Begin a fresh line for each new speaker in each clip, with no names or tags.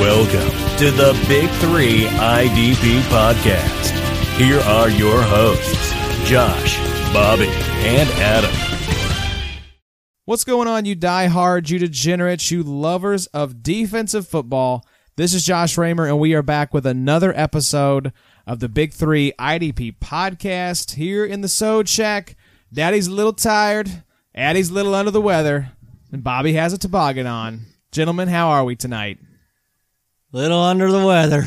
Welcome to the Big Three IDP Podcast. Here are your hosts, Josh, Bobby, and Adam.
What's going on, you diehards, you degenerates, you lovers of defensive football? This is Josh Raymer, and we are back with another episode of the Big Three IDP podcast here in the Sode Shack. Daddy's a little tired, Addie's a little under the weather, and Bobby has a toboggan on. Gentlemen, how are we tonight?
Little under the weather.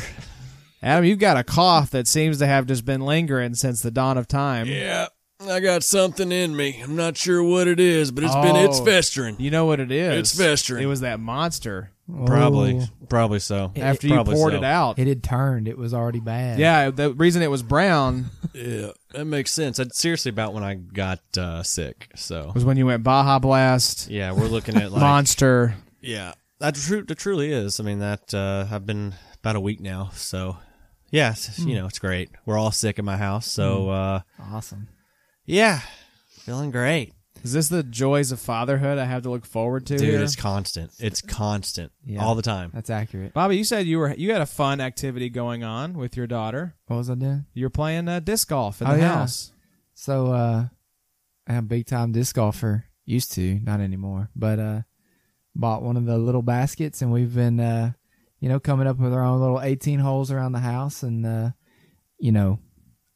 Adam, you've got a cough that seems to have just been lingering since the dawn of time.
Yeah, I got something in me. I'm not sure what it is, but it's been
Oh.
it's festering.
You know what it is?
It's festering.
It was that monster
Probably, probably so.
Oh. after you poured it out.
It had turned. It was already bad.
yeah, the reason it was brown
Yeah, that makes sense. That's seriously about when I got uh, sick. So
was when you went Baja Blast,
yeah, we're looking at like
Monster.
yeah, that, tru- that truly is. I mean, that uh, I've been about a week now. So yeah, it's-
Hmm.
you know, it's great. We're all sick in my house. So uh,
Awesome.
yeah, feeling great,
Is this the joys of fatherhood I have to look forward to?
dude.
here?
It's constant. It's constant
Yeah.
all the time.
That's accurate.
Bobby, you said you were you had a fun activity going on with your daughter.
What was I doing?
You were playing uh, disc golf in
Oh,
the
yeah.
house.
So, uh, I'm a big time disc golfer. Used to, not anymore. But, uh, bought one of the little baskets and we've been, uh, you know, coming up with our own little 18 holes around the house. And, uh, you know,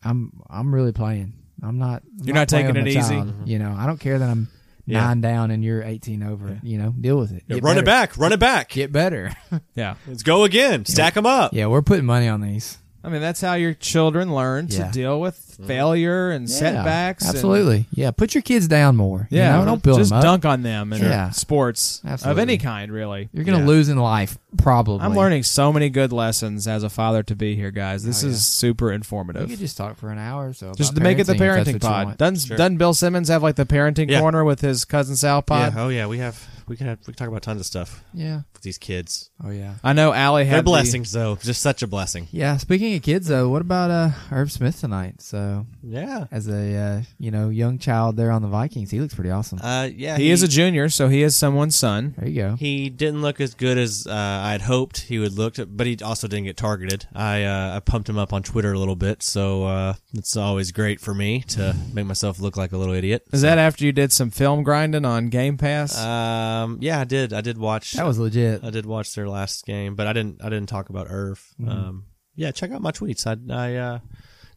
I'm, I'm really playing. I'm not, I'm
You're not
playing
taking
with
it
my
easy?
child. You know, I don't care that I'm
Mm-hmm. Yeah.
nine down and you're 18 over. You know, deal with it.
Yeah,
Get
run it
better.
back. Run it back.
Get better.
Yeah.
Let's go again. Stack them up.
yeah. We're putting money on these.
I mean, that's how your children learn
Yeah. Mm-hmm.
to deal with failure and setbacks. and-
Absolutely. yeah. Put your kids down more. you
yeah.
know? don't build
just
them up.
dunk on them in
Sure. Yeah.
sports of
Absolutely.
any kind, really.
You're gonna
Yeah.
lose in life, probably.
I'm learning so many good lessons as a father to be here, guys. This
Oh, yeah.
is super
We
informative.
could just talk for an hour or so.
Just
about
to make it the
parenting, if
parenting
that's what you
pod.
want.
Doesn't
Sure.
doesn't Bill Simmons have like the parenting
Yeah.
corner with his cousin Sal pod?
Yeah. Oh yeah, we have we can have, we can talk about tons of stuff
Yeah.
with these kids.
Oh yeah.
I know Allie had
They're
the-
blessings though, just such a blessing.
Yeah. Speaking of kids, though, what about uh, Herb Smith tonight? So,
Yeah.
as a uh, you know young child there on the Vikings, he looks pretty awesome.
Uh yeah.
he, is a junior, so he is someone's son.
there you go.
he didn't look as good as uh, I'd hoped he would look, but he also didn't get targeted. I uh, I pumped him up on Twitter a little bit, so uh, it's always great for me to make myself look like a little idiot.
Is that after you did some film grinding on Game Pass?
Um yeah, I did. I did watch
that was legit.
I did watch their last game, but I didn't. I didn't talk about Irv. Um, yeah, check out my tweets. I, I uh,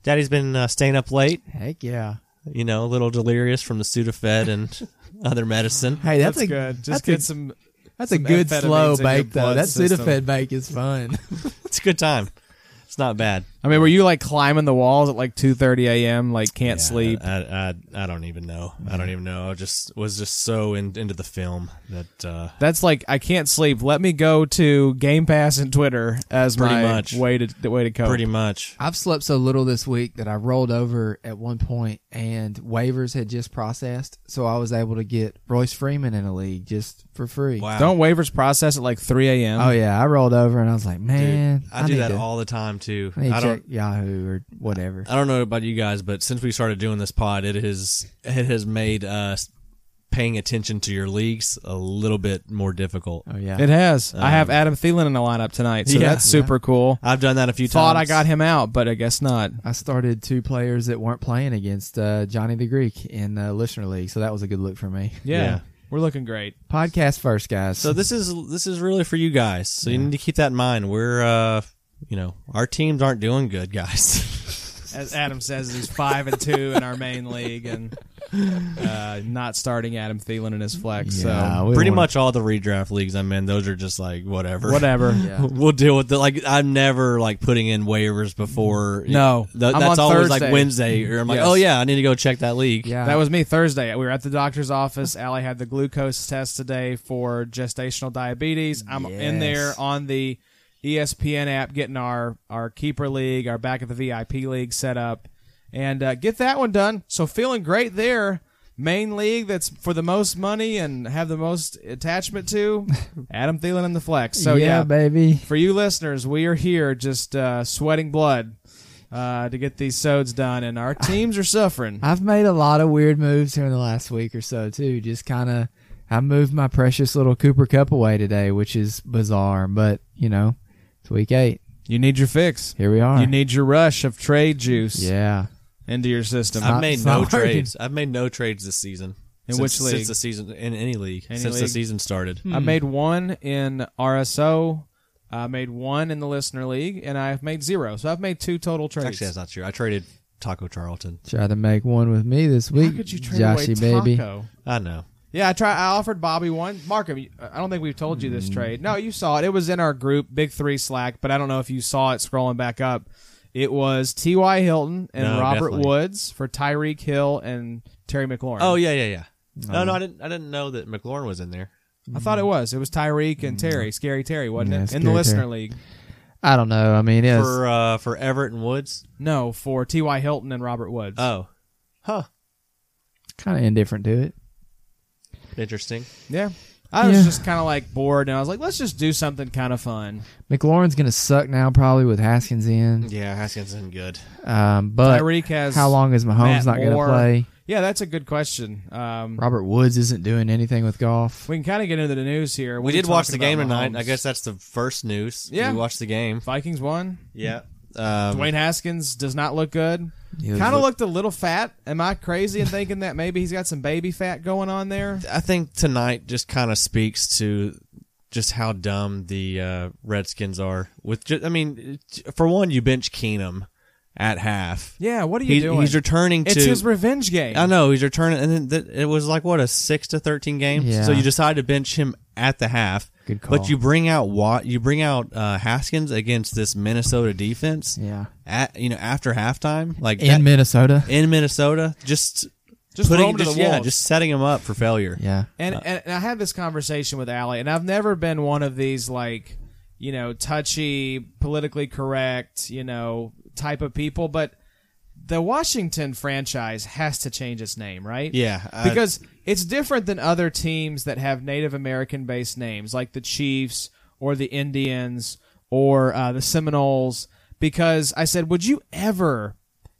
Daddy's been uh, staying up late.
Heck yeah.
You know, a little delirious from the Sudafed and other medicine.
Hey, that's, a
good. Just
that's
get
a-
some.
That's a
some
good
amphetamines
slow
in your
bake though.
blood
That
system.
Sudafed bake is fun.
It's a good time. It's not bad.
I mean, were you like climbing the walls at like two thirty a.m. Like can't sleep?
I, I, I don't even know. I don't even know. I just was just so in, into the film that uh,
That's like I can't sleep. Let me go to Game Pass and Twitter as
Pretty
my
much.
way to the way to cope.
pretty much.
I've slept so little this week that I rolled over at one point and waivers had just processed, so I was able to get Royce Freeman in a league just for free.
Wow.
Don't waivers process at like three a.m.
Oh yeah, I rolled over and I was like,
Dude,
man,
I, do
need
that
to-
all the time too.
I need to
I don't. Uh,
check Yahoo or whatever.
I don't know about you guys, but since we started doing this pod, it has it has made us paying attention to your leagues a little bit more difficult.
oh yeah,
It has. I have Adam Thielen in the lineup tonight, so
Yeah.
that's super cool.
I've done that a few
Thought I
times.
got him out, but I guess not.
I started two players that weren't playing against uh, Johnny the Greek in uh, listener league, so that was a good look for me.
Yeah,
Yeah.
we're looking great.
Podcast first, guys.
So this is this is really for you guys. So you need to keep that in mind. We're uh, you know, our teams aren't doing good, guys.
As Adam says, he's five and two in our main league, and uh, not starting Adam Thielen in his flex.
Yeah,
So
we
Pretty
wanna-
much all the redraft leagues I'm in, those are just like whatever.
whatever.
Yeah.
We'll deal with it. Like I'm never like putting in waivers before.
No.
Th-
I'm
that's
on
always
Thursday.
like Wednesday. Or I'm like,
Yes.
oh yeah, I need to go check that league.
Yeah,
That was me Thursday. We were at the doctor's office. Allie had the glucose test today for gestational diabetes. I'm in
Yes.
there on the E ESPN app getting our, our keeper league, our back of the VIP league set up, and uh, get that one done. So feeling great there. Main league that's for the most money and have the most attachment to Adam Thielen and the flex. So
yeah,
yeah,
baby.
for you listeners, we are here just uh, sweating blood uh, to get these sods done, and our teams are suffering.
I've made a lot of weird moves here in the last week or so too. Just kind of, I moved my precious little Cooper Cup away today, which is bizarre, but you know, It's week eight.
You need your fix.
Here we are.
You need your rush of trade juice
yeah.
into your system.
not-
I've made
it's
no
not working.
trades. I've made no trades this season.
In
Since-
which league?
Since the season in any league
Any
since the
league? Hmm.
season started.
I made one in RSO. I made one in the listener league, and I've made zero. So I've made two total trades.
Actually, that's not true. I traded Taco Charlton.
Try to make one with me this week,
How could you trade
Joshy
away
baby.
Taco?
I know.
Yeah, I try. I offered Bobby one. Markham, you- I don't think we've told you this trade. No, you saw it. It was in our group, Big Three Slack. But I don't know if you saw it scrolling back up. It was T. Y. Hilton and
No,
Robert
definitely.
Woods for Tyreek Hill and Terry McLaurin.
Oh yeah, yeah, yeah. No,
Uh-huh.
no, I didn't. I didn't know that McLaurin was in there.
I thought it was. It was Tyreek and Terry. Mm-hmm. Scary Terry, wasn't
Yeah,
it? In
Scary
the listener
Terry.
league.
I don't know. I mean, it's
for uh, for Everett and Woods.
No, for T. Y. Hilton and Robert Woods.
Oh, huh.
kind of indifferent to it.
Interesting.
Yeah. I was
Yeah.
just kind of like bored, and I was like, let's just do something kind of fun.
McLaurin's gonna suck now, probably with Haskins in.
Yeah, Haskins isn't good.
Um, but
Tyreek has
how long is Mahomes
Matt
not gonna
Moore.
play?
Yeah, that's a good question. Um,
Robert Woods isn't doing anything with golf.
we can kind of get into the news here.
We
were
did watch the
talking
game
about
tonight.
Mahomes.
I guess that's the first news.
Yeah.
we watched the game.
Vikings won.
Yeah. Um,
Dwayne Haskins does not look good.
He was
Kind of
look-
looked a little fat. Am I crazy in thinking that maybe he's got some baby fat going on there?
I think tonight just kind of speaks to just how dumb the uh, Redskins are. With just, I mean, for one, you bench Keenum at half.
Yeah, what are you
He-
doing?
he's returning to.
it's his revenge game.
I know he's returning, and then th- it was like what a six to thirteen game.
Yeah.
So you decide to bench him at the half.
Good call.
But you bring out Watt, you bring out uh, Haskins against this Minnesota defense.
Yeah.
At you know after halftime, like
in
that-
Minnesota.
in Minnesota, just
Just
putting
throw him to
just-
the
yeah,
wolves.
just setting him up for failure.
yeah.
Uh.
And, and and I had this conversation with Allie, and I've never been one of these like, you know, touchy, politically correct, you know, type of people, but the Washington franchise has to change its name, right?
Yeah, Uh, I-
Because it's different than other teams that have Native American based names, like the Chiefs or the Indians or uh, the Seminoles. Because I said, would you ever,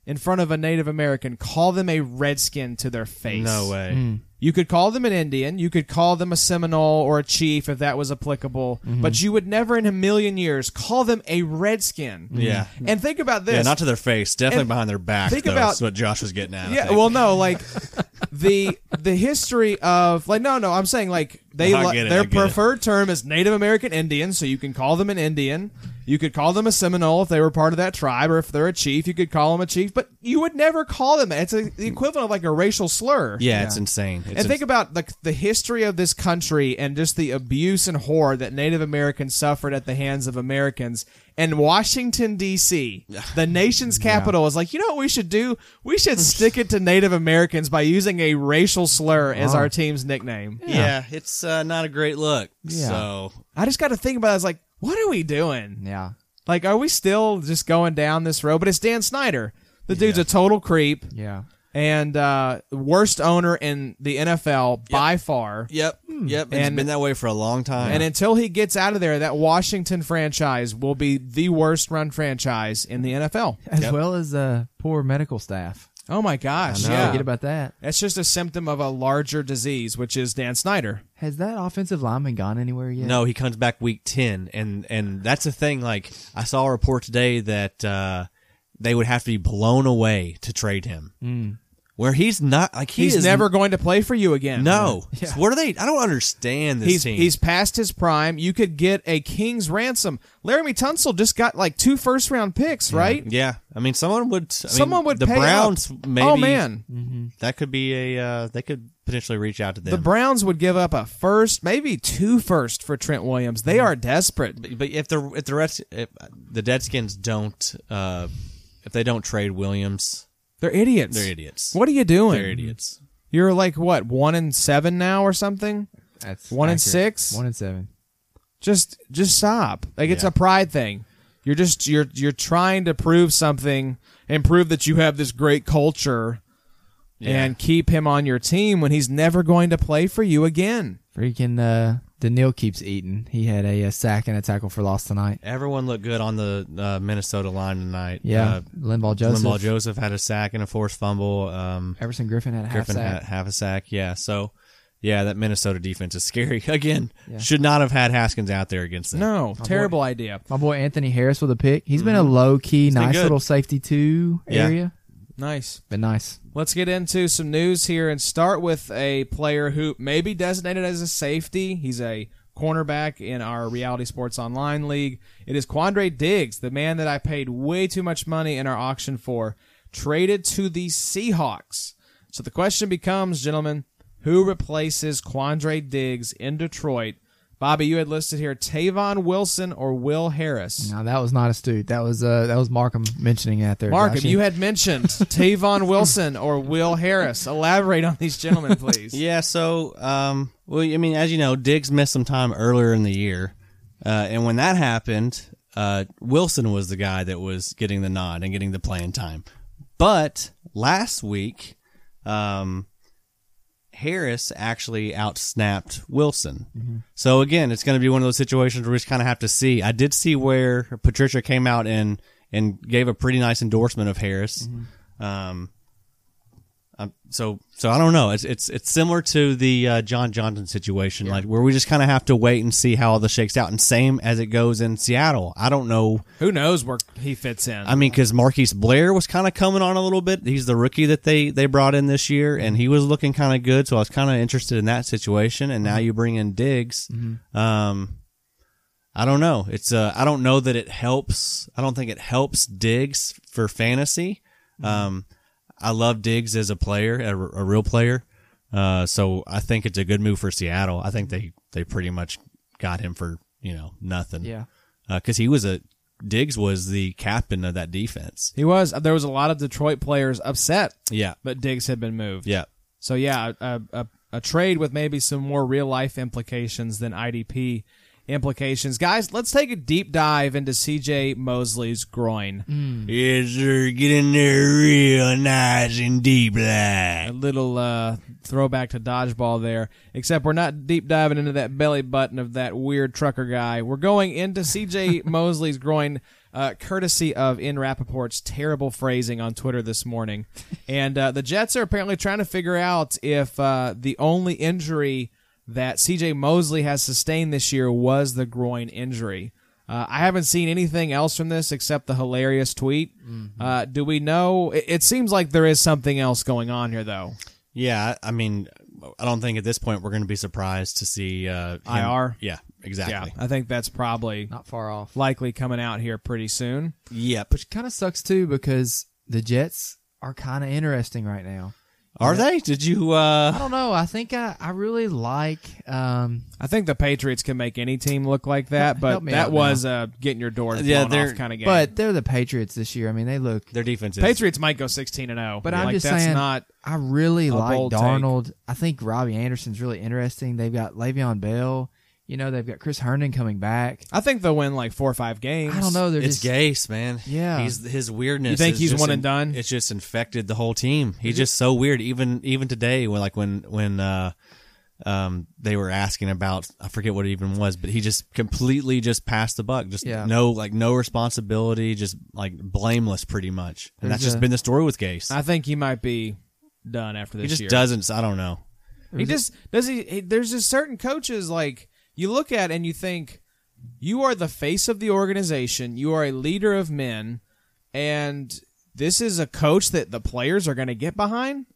in front of a Native American, call them a Redskin to their face?
No way.
Mm.
You could call them an Indian. You could call them a Seminole or a chief if that was applicable. But you would never in a million years call them a redskin.
Yeah.
And think about this.
Yeah, not to their face, definitely
And
behind their back.
think
though,
about-
is what Josh was getting at. I
Yeah,
think.
well, no, like the the history of like no, no, I'm saying like they
I
li-
get it, I
their
get it.
preferred term is Native American Indian, so you can call them an Indian. You could call them a Seminole if they were part of that tribe, or if they're a chief, you could call them a chief. But you would never call them. that. It's a, the equivalent of like a racial slur.
yeah, it's insane. It's
and think about the, the history of this country and just the abuse and horror that Native Americans suffered at the hands of Americans. And Washington, D.C., the nation's capital, is like, you know what we should do? We should stick it to Native Americans by using a racial slur as our team's nickname.
yeah, it's uh, not a great look.
Yeah.
So
I just got to think about it. I was like, what are we doing?
Yeah.
Like, are we still just going down this road? But it's Dan Snyder. The dude's a total creep
Yeah.
and uh, worst owner in the NFL by far.
Yep, yep. It's
And-
been that way for a long time.
And until he gets out of there, that Washington franchise will be the worst run franchise in the NFL.
As well as uh, poor medical staff.
Oh my gosh.
I
Yeah.
Forget about that.
That's just a symptom of a larger disease, which is Dan Snyder.
Has that offensive lineman gone anywhere yet?
No, he comes back week ten, and and that's the thing. Like I saw a report today that uh, they would have to be blown away to trade him, where he's not. Like
Hmm.
he
He's
is
never going to play for you again.
No, So what are they? I don't understand this
He's
team.
he's past his prime. You could get a king's ransom. Laramie Tunsil just got like two first round picks, right?
yeah. I mean, someone would. I mean,
Someone would
The
pay
Browns,
up.
maybe. Mm-hmm.
Oh man,
that could be a. Uh, they could potentially reach out to them.
the Browns would give up a first, maybe two first for Trent Williams. They are desperate.
But- but if the if the Reds, if the Deadskins don't uh, if they don't trade Williams,
They're idiots.
they're idiots.
What are you doing?
They're
Mm-hmm.
idiots.
You're like what one in seven now or something.
That's
One and
accurate.
six?
One and seven.
Just just stop. Like it's
Yeah.
a pride thing. You're just you're you're trying to prove something and prove that you have this great culture and keep him on your team when he's never going to play for you again.
Freaking uh, Daniil keeps eating. He had a, uh sack and a tackle for loss tonight.
Everyone looked good on the uh, Minnesota line tonight.
Yeah,
Uh,
Linval Joseph.
Joseph. Linval Joseph had a sack and a forced fumble. Um,
Everson Griffin had a half
Griffin
sack.
had half a sack. Yeah. So Yeah, that Minnesota defense is scary. Again,
Yeah.
should not have had Haskins out there against them.
No, terrible idea.
My boy Anthony Harris with a pick. He's been a low key,
been
nice
good.
little safety two
Yeah.
area.
Nice.
But nice.
Let's get into some news here and start with a player who may be designated as a safety. He's a cornerback in our Reality Sports Online league. It is Quandre Diggs, the man that I paid way too much money in our auction for, traded to the Seahawks. So the question becomes, gentlemen, who replaces Quandre Diggs in Detroit? Bobby, you had listed here Tavon Wilson or Will Harris.
Now that was not astute. That was uh that was Markham mentioning that there.
Mark,
Josh.
if you had mentioned Tavon Wilson or Will Harris, elaborate on these gentlemen, please.
Yeah, so um, well, I mean, as you know, Diggs missed some time earlier in the year, uh, and when that happened, uh, Wilson was the guy that was getting the nod and getting the playing time. But last week, um, Harris actually outsnapped Wilson. So again, it's going to be one of those situations where we just kind of have to see. I did see where Patricia came out and and gave a pretty nice endorsement of Harris. Um, um, so so I don't know. It's it's it's similar to the uh, John Johnson situation, like where we just kind of have to wait and see how all this shakes out. And same as it goes in Seattle. I don't know.
Who knows where he fits in?
I mean, because Marquise Blair was kind of coming on a little bit. He's the rookie that they they brought in this year, and he was looking kind of good. So I was kind of interested in that situation. And now you bring in Diggs. Um, I don't know. It's uh, I don't know that it helps. I don't think it helps Diggs for fantasy. Um, I love Diggs as a player, a, r- a real player. Uh, so I think it's a good move for Seattle. I think they they pretty much got him for you know nothing
Yeah.
because Uh, he was a Diggs was the captain of that defense.
he was. uh, There was a lot of Detroit players upset,
Yeah,
but Diggs had been moved.
yeah,
So yeah, a, a, a trade with maybe some more real life implications than IDP implications. Guys, let's take a deep dive into CJ Mosley's groin.
yes, sir. Get in there real nice and deep,
A
like.
little uh, throwback to dodgeball there, except we're not deep diving into that belly button of that weird trucker guy. We're going into CJ Mosley's groin, uh, courtesy of In Rappaport's terrible phrasing on Twitter this morning. And uh, the Jets are apparently trying to figure out if uh, the only injury that CJ Mosley has sustained this year was the groin injury. Uh, I haven't seen anything else from this except the hilarious tweet.
Mm-hmm.
Uh, do we know? It, it seems like there is something else going on here, though.
Yeah, I I mean, I don't think at this point we're going to be surprised to see uh, him-
IR?
Yeah, exactly.
I think that's probably
Not far off.
likely coming out here pretty soon.
Yep.
Which kind of sucks too because the Jets are kind of interesting right now.
Are they? Did you? uh
I don't know. I think I, I really like um
I think the Patriots can make any team look like that,
Help
but
me
that
out
was a getting your door
Yeah,
blown
they're-
off kind of game.
but they're the Patriots this year. I mean, they look
Their defense is
Patriots might go sixteen and zero.
But
like,
I'm just
that's
saying-
not.
I really
A
like
bold take.
Darnold. I think Robbie Anderson's really interesting. They've got Le'Veon Bell. You know, they've got Chris Herndon coming back.
I think they'll win like four or five games.
I don't know. They're
It's
just
Gase, man.
Yeah.
he's his weirdness.
You think
is
he's
just
one
in-
and done?
It's just infected the whole team. He's just so weird. Even even today, when like when when uh, um, they were asking about, I forget what it even was, but he just completely just passed the buck. Just
Yeah.
no like no responsibility, just like blameless, pretty much. And that's
There's
just
a-
been the story with Gase.
I think he might be done after this
he just
year.
doesn't. I don't know.
He just does. He, he there's just certain coaches like you look at and you think you are the face of the organization. You are a leader of men, and this is a coach that the players are going to get behind.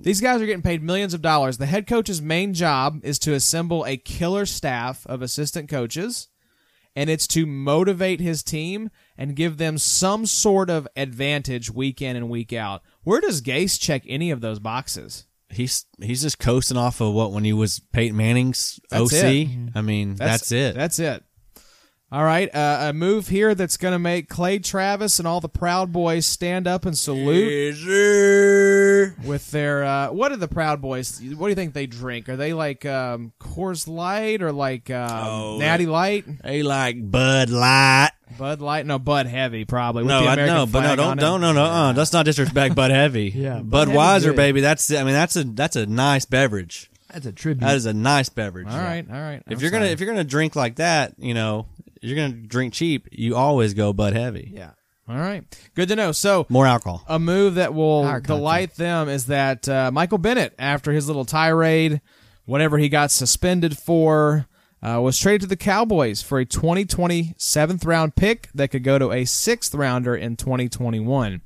These guys are getting paid millions of dollars. The head coach's main job is to assemble a killer staff of assistant coaches, and it's to motivate his team and give them some sort of advantage week in and week out. Where does Gase check any of those boxes?
He's he's just coasting off of what when he was Peyton Manning's
That's
OC.
it.
I mean, that's, it.
That's it. All right, uh, a move here that's going to make Clay Travis and all the Proud Boys stand up and salute
Yes, sir.
with their. Uh, what are the Proud Boys? What do you think they drink? Are they like um, Coors Light or like um,
Oh,
Natty Light,
They like Bud Light.
Bud Light? No, Bud Heavy probably. With
No,
the
I
American
know, but no,
flag
don't,
on it.
don't, no, no, uh, that's not disrespect, Bud Heavy.
Yeah, Bud Heavy's
Budweiser,
good.
baby, that's, I mean, that's a, that's a nice beverage.
that's a tribute.
That is a nice beverage.
All right, all right.
If
I'm
you're gonna,
sorry.
if you're gonna drink like that, you know, you're gonna drink cheap. You always go Bud Heavy.
yeah.
all right, good to know. So
More alcohol.
a move that will
Higher content.
delight them is that uh, Michael Bennett, after his little tirade whatever he got suspended for, uh, was traded to the Cowboys for a 2020 seventh round pick that could go to a sixth rounder in 2021.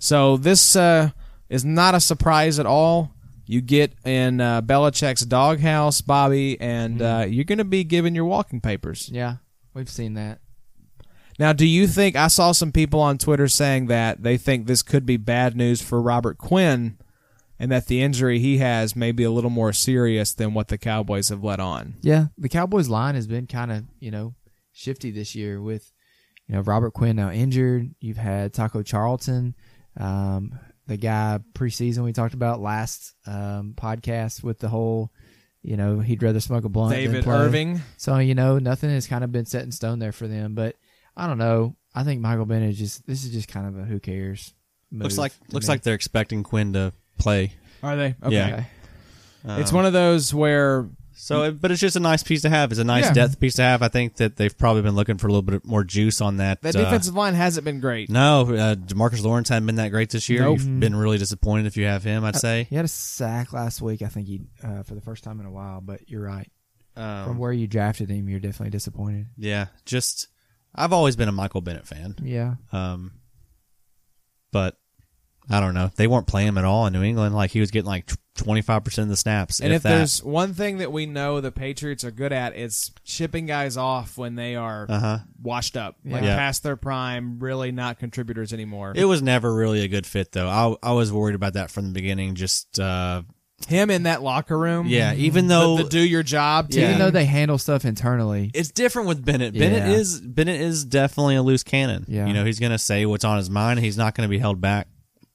So this uh, is not a surprise at all. You get in uh, Belichick's doghouse, Bobby, and uh, you're going to be given your walking papers.
Yeah, we've seen that.
Now, do you think I saw some people on Twitter saying that they think this could be bad news for Robert Quinn and that the injury he has may be a little more serious than what the Cowboys have let on?
Yeah, the Cowboys line has been kind of you know shifty this year with you know Robert Quinn now injured. You've had Taco Charlton, um, the guy preseason we talked about last um, podcast with the whole you know he'd rather smoke a blunt. than
David
play.
Irving.
So you know nothing has kind of been set in stone there for them. But I don't know. I think Michael Bennett is just this is just kind of a who cares.
Looks
move
like
to
looks
me.
like they're expecting Quinn to play.
Are they? Okay.
Yeah.
Okay.
Uh,
It's one of those where
So, it, but it's just a nice piece to have. It's a nice
Yeah.
depth piece to have. I think that they've probably been looking for a little bit more juice on that.
that
uh,
defensive line hasn't been great.
no, uh, Demarcus Lawrence hasn't been that great this year.
Nope. Uh,
You've been really disappointed if you have him. I'd say.
He had a sack last week. I think he uh, for the first time in a while. But you're right. From
Um,
where you drafted him, you're definitely disappointed.
yeah, just I've always been a Michael Bennett fan.
Yeah.
Um, but I don't know. They weren't playing him at all in New England. Like he was getting like twenty five percent of the snaps.
And if,
that.
there's one thing that we know the Patriots are good at, it's shipping guys off when they are
uh-huh.
washed up, like
Yeah.
past their prime, really not contributors anymore.
It was never really a good fit though. I I was worried about that from the beginning. Just uh,
Him in that locker room,
yeah, even
the,
though
Mm-hmm. the do your job team.
Yeah.
Even though they handle stuff internally.
it's different with Bennett. Bennett
Yeah.
is Bennett is definitely a loose cannon.
Yeah.
You know, he's gonna say what's on his mind. He's not gonna be held back.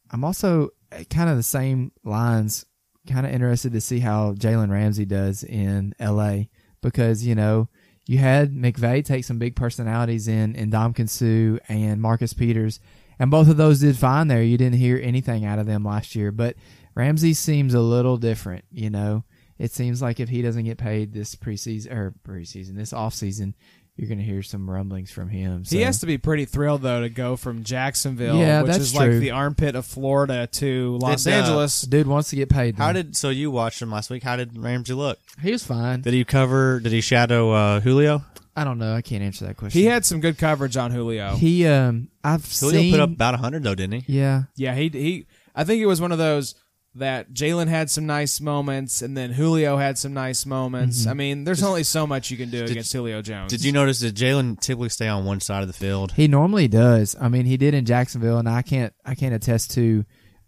I'm also kind of the same lines. Kind of interested to see how Jalen Ramsey does in L.A. because you know you had McVay take some big personalities in in Dom Kinsu and Marcus Peters, and both of those did fine there. You didn't hear anything out of them last year, but Ramsey seems a little different. You know, it seems like if he doesn't get paid this preseason or preseason this offseason, you're going to hear some rumblings from him. So.
He has to be pretty thrilled though to go from Jacksonville,
Yeah,
which
that's
is
true.
like the armpit of Florida, to Los
Did, uh,
Angeles.
dude wants to get paid.
How
then.
did so you watched him last week? How did Ramsey look?
he was fine?
Did he cover? Did he shadow uh, Julio?
I don't know. I can't answer that question.
He had some good coverage on Julio.
He um I've
Julio
seen
put up about hundred though, didn't he?
yeah.
yeah, he he. I think it was one of those that Jalen had some nice moments, and then Julio had some nice moments.
Mm-hmm.
I mean, there's only so much you can do against Julio Jones.
Did you notice that Jalen typically stay on one side of the field?
He normally does. I mean, he did in Jacksonville and I can't I can't attest to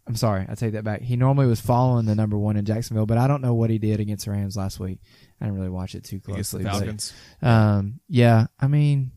I'm sorry, I take that back. He normally was following the number 1 in Jacksonville, but I don't know what he did against the Rams last week. I didn't really watch it too
against the
closely. but,
Falcons?
um yeah, I mean,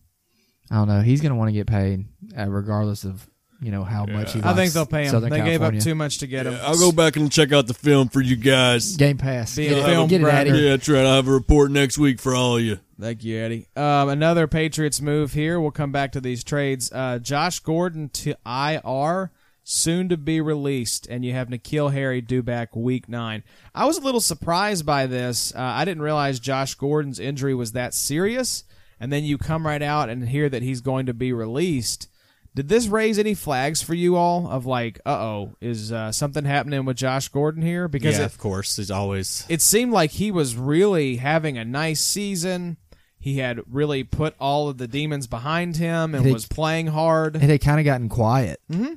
I don't know. He's going to want to get paid uh, regardless of you know how much he
I
likes
think they'll pay him.
Southern
they gave
California.
up too much to get him.
back and check out the film for you guys.
Game Pass.
Be a
Get it,
film
get it out of
grabber.
here.
that's right. I'll have a report next week for all of you.
Thank you, Eddie. Um, another Patriots move here. We'll come back to these trades. Uh, Josh Gordon to IR, soon to be released, and you have Nikhil Harry due back week nine. I was a little surprised by this. Uh, I didn't realize Josh Gordon's injury was that serious, and then you come right out and hear that he's going to be released. Did this raise any flags for you all of like, uh oh, is uh, something happening with Josh Gordon here? Because
Yeah,
it,
of course. He's always
it seemed like he was really having a nice season. He had really put all of the demons behind him and
Did-
was playing hard.
It had kind of gotten quiet. Mm-hmm.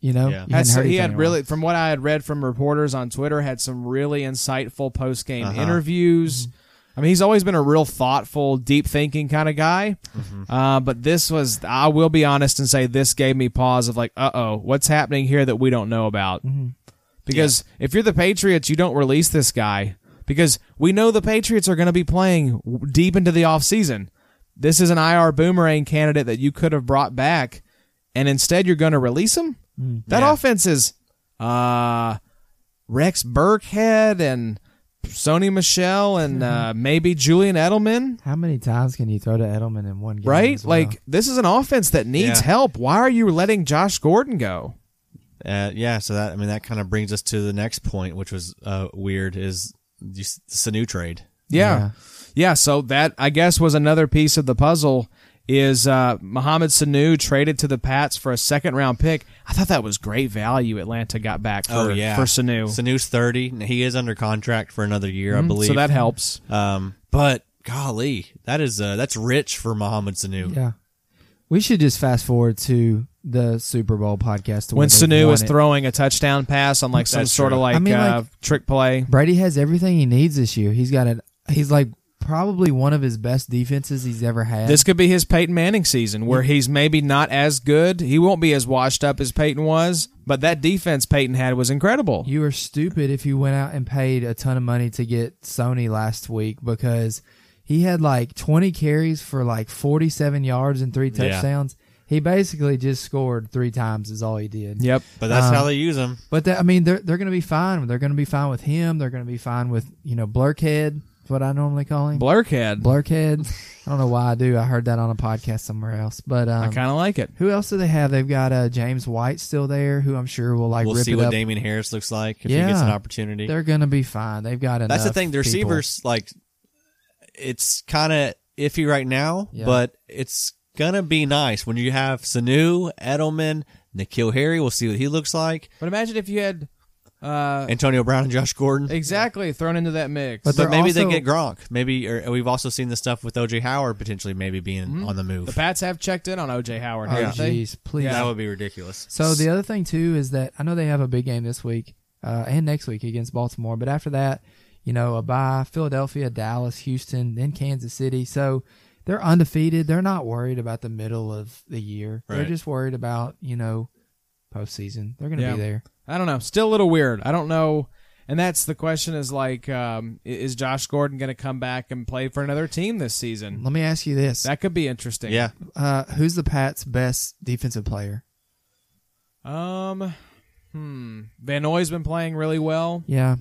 You know,
Yeah.
You
Had
hadn't
s-
heard
he
anything in
had
a while.
really, from what I had read from reporters on Twitter, had some really insightful post game interviews.
Mm-hmm.
I mean, he's always been a real thoughtful, deep thinking kind of guy. Uh, but this was, I will be honest and say, this gave me pause of like, uh oh, what's happening here that we don't know about? Because if you're the Patriots, you don't release this guy because we know the Patriots are going to be playing w- deep into the offseason. This is an IR boomerang candidate that you could have brought back, and instead you're going to release him?
Hmm.
That offense is uh, Rex Burkhead and Sony Michelle and
Mm-hmm.
uh, maybe Julian Edelman,
How many times can you throw to Edelman in one game?
right?
as well?
Like, this is an offense that needs
Yeah.
help. Why are you letting Josh Gordon go?
uh, yeah. So that I mean that kind of brings us to the next point, which was uh, weird. Is the Sanu trade?
Yeah. yeah. so that I guess was another piece of the puzzle is uh, Mohamed Sanu traded to the Pats for a second round pick. I thought that was great value. Atlanta got back for, for
Oh.
Sanu. Hmm,
Sanu's thirty. and He is under contract for another year,
Mm-hmm.
I believe.
So that helps.
Um, but golly, that is uh, that's rich for Mohamed Sanu.
Yeah. We should just fast forward to the Super Bowl podcast. to
When
where they've
Sanu
won
is
it.
throwing a touchdown pass on like some
That's
sort of
true.
like,
I mean,
uh,
like-
trick play.
Brady has everything he needs this year. He's got an he's like probably one of his best defenses he's ever had.
This could be his Peyton Manning season where he's maybe not as good. He won't be as washed up as Peyton was, but that defense Peyton had was incredible.
you are stupid if you went out and paid a ton of money to get Sony last week because he had like 20 carries for like 47 yards and three
Yeah.
touchdowns. He basically just scored three times is all he did.
yep.
But that's
Um,
how they use him.
But that, I mean, they're they're going to be fine. They're going to be fine with him. They're going to be fine with you know Blurkhead. Is what I normally call him.
Blurkhead.
Blurkhead. I don't know why I do. I heard that on a podcast somewhere else. But
I
um,
kind of like it.
who else do they have? They've got uh, James White still there, who I'm sure will like
We'll
rip
see
it
what
up.
Damien Harris looks like if
Yeah.
he gets an opportunity.
They're going to be fine. They've got enough.
That's the thing. The
people.
receivers, like, it's kind of iffy right now,
Yeah.
but it's going to be nice when you have Sanu, Edelman, Nikhil Harry. We'll see what he looks like.
But imagine if you had uh,
Antonio Brown and Josh Gordon.
exactly thrown into that mix.
But
But
they're
maybe they
also-
get Gronk. Maybe or we've also seen the stuff with OJ Howard potentially maybe being
Mm-hmm.
on the move.
The Pats have checked in on OJ Howard,
Oh,
haven't they?
jeez, please.
That would be ridiculous.
So the other thing too is that I know they have a big game this week uh, and next week against Baltimore, but after that, you know, a bye, Philadelphia, Dallas, Houston, then Kansas City. So they're undefeated. They're not worried about the middle of the year. They're
Right.
just worried about you know postseason. They're going to
Yeah.
be there.
I don't know. Still a little weird. I don't know. And that's the question is like, um, i- is Josh Gordon going to come back and play for another team this season?
Let me ask you this:
That could be interesting.
yeah,
uh, Who's the Pats' best defensive player?
Um, hmm. Van Noy's been playing really well.
Yeah,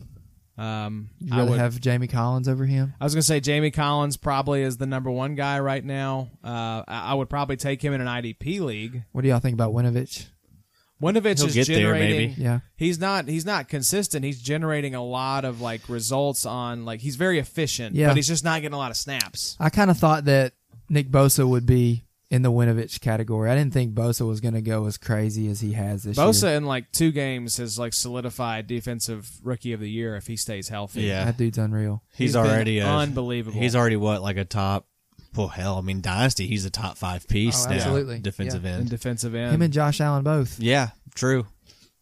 Um,
you
I,
rather
would,
have Jamie Collins over him.
I was going to say Jamie Collins probably is the number one guy right now. Uh, I, I would probably take him in an IDP league.
What do y'all think about Winovich?
Winovich
He'll
is
get there,
generating.
maybe.
Yeah,
He's not he's not consistent. He's generating a lot of like results on like he's very efficient,
Yeah.
but he's just not getting a lot of snaps.
I kind of thought that Nick Bosa would be in the Winovich category. I didn't think Bosa was going to go as crazy as he has this year.
Bosa in like two games has like solidified defensive rookie of the year if he stays healthy.
yeah.
that dude's unreal.
he's,
been
already a,
unbelievable.
He's already what like a top. Well, hell, I mean, dynasty. He's a top five piece
Oh,
now.
absolutely.
Defensive
in
end.
defensive end.
Him and Josh Allen both.
Yeah, true.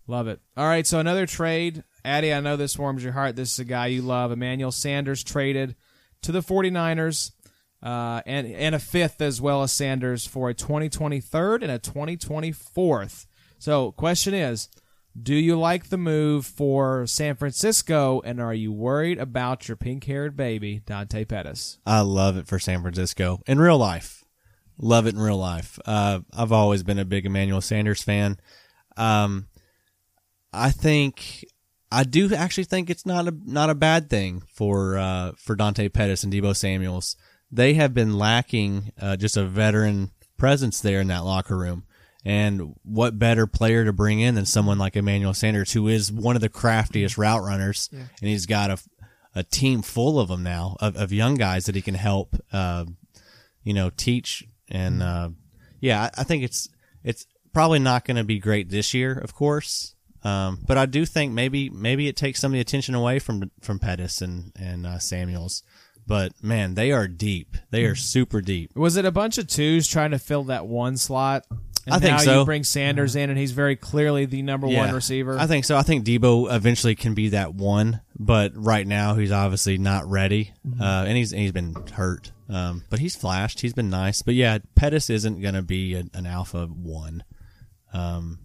Love it. All right, so another trade. Addy, I know this warms your heart. This is a guy you love. Emmanuel Sanders traded to the 49ers uh, and, and a fifth as well as Sanders for a 2023rd and a 2024th. So, question is Do you like the move for San Francisco and are you worried about your pink haired baby, Dante Pettis?
I love it for San Francisco in real life. Love it in real life. Uh, I've always been a big Emmanuel Sanders fan. Um, I think I do actually think it's not a not a bad thing for uh, for Dante Pettis and Debo Samuel's. They have been lacking uh, just a veteran presence there in that locker room. And what better player to bring in than someone like Emmanuel Sanders, who is one of the craftiest route runners, and he's got a a team full of them now of, of young guys that he can help, uh, you know, teach and uh, yeah, I, I think it's it's probably not going to be great this year, of course. Um, but I do think maybe maybe it takes some of the attention away from from Pettis and and uh, Samuels. But man, they are deep. They are super deep.
Was it a bunch of twos trying to fill that one slot? And
I think
now
so.
you bring Sanders in, and he's very clearly the number one
Yeah.
receiver.
I think so. I think Debo eventually can be that one, but right now he's obviously not ready,
Mm-hmm.
uh, and he's and he's been hurt. Um, but he's flashed. He's been nice. But yeah, Pettis isn't going to be a, an alpha one. Um,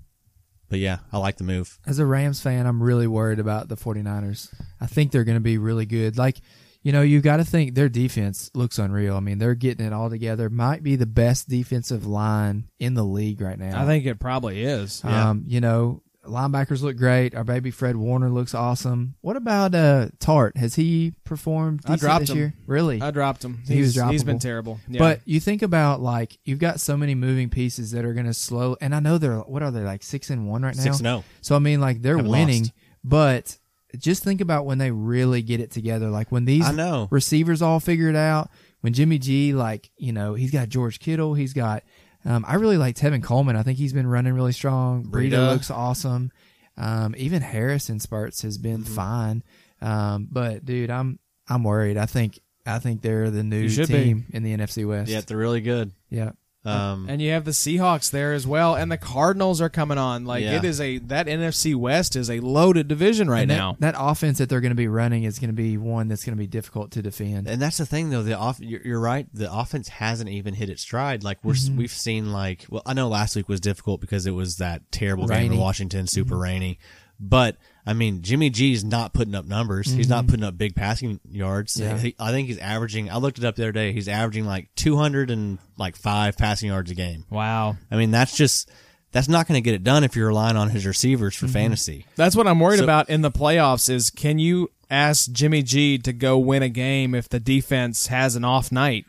but yeah, I like the move.
As a Rams fan, I'm really worried about the 49ers. I think they're going to be really good. Like, you know, you've got to think their defense looks unreal. I mean, they're getting it all together. Might be the best defensive line in the league right now.
I think it probably is.
Yeah.
Um, you know, linebackers look great. Our baby Fred Warner looks awesome. What about uh Tart? Has he performed
I
decent
dropped
this
him.
year? Really?
I dropped him.
He was
He's, he's been
droppable.
terrible. Yeah.
But you think about like you've got so many moving pieces that are going to slow. And I know they're what are they like six and one right now?
Six and oh.
So I mean, like they're
Haven't
winning,
lost.
but just think about when they really get it together. Like when these
I know.
receivers all figure it out. when Jimmy G, like, you know, he's got George Kittle, he's got, um, I really like Tevin Coleman. I think he's been running really strong. Breida
Breida.
looks awesome. Um, even Harrison Spurts has been
Mm-hmm.
fine. Um, but dude, I'm, I'm worried. I think, I think they're the new
You should be.
team in the NFC West.
Yeah, they're really good.
Yeah.
Um,
And you have the Seahawks there as well, and the Cardinals are coming on. Like
Yeah.
it is a that NFC West is a loaded division right
And that,
now.
that offense that they're going to be running is going to be one that's going to be difficult to defend.
and that's the thing though the off you're, you're right the offense hasn't even hit its stride like we're
Mm-hmm.
s we've seen like well i know last week was difficult because it was that terrible game
Rainy.
in washington super
Mm-hmm.
rainy but i mean jimmy g's not putting up numbers he's
Mm-hmm.
not putting up big passing yards
Yeah.
He- i think he's averaging i looked it up the other day he's averaging like 200 and like five passing yards a game
Wow,
i mean that's just that's not going to get it done if you're relying on his receivers
Mm-hmm.
for fantasy
that's what I'm worried about in the playoffs. Is can you ask Jimmy G to go win a game if the defense has an off night?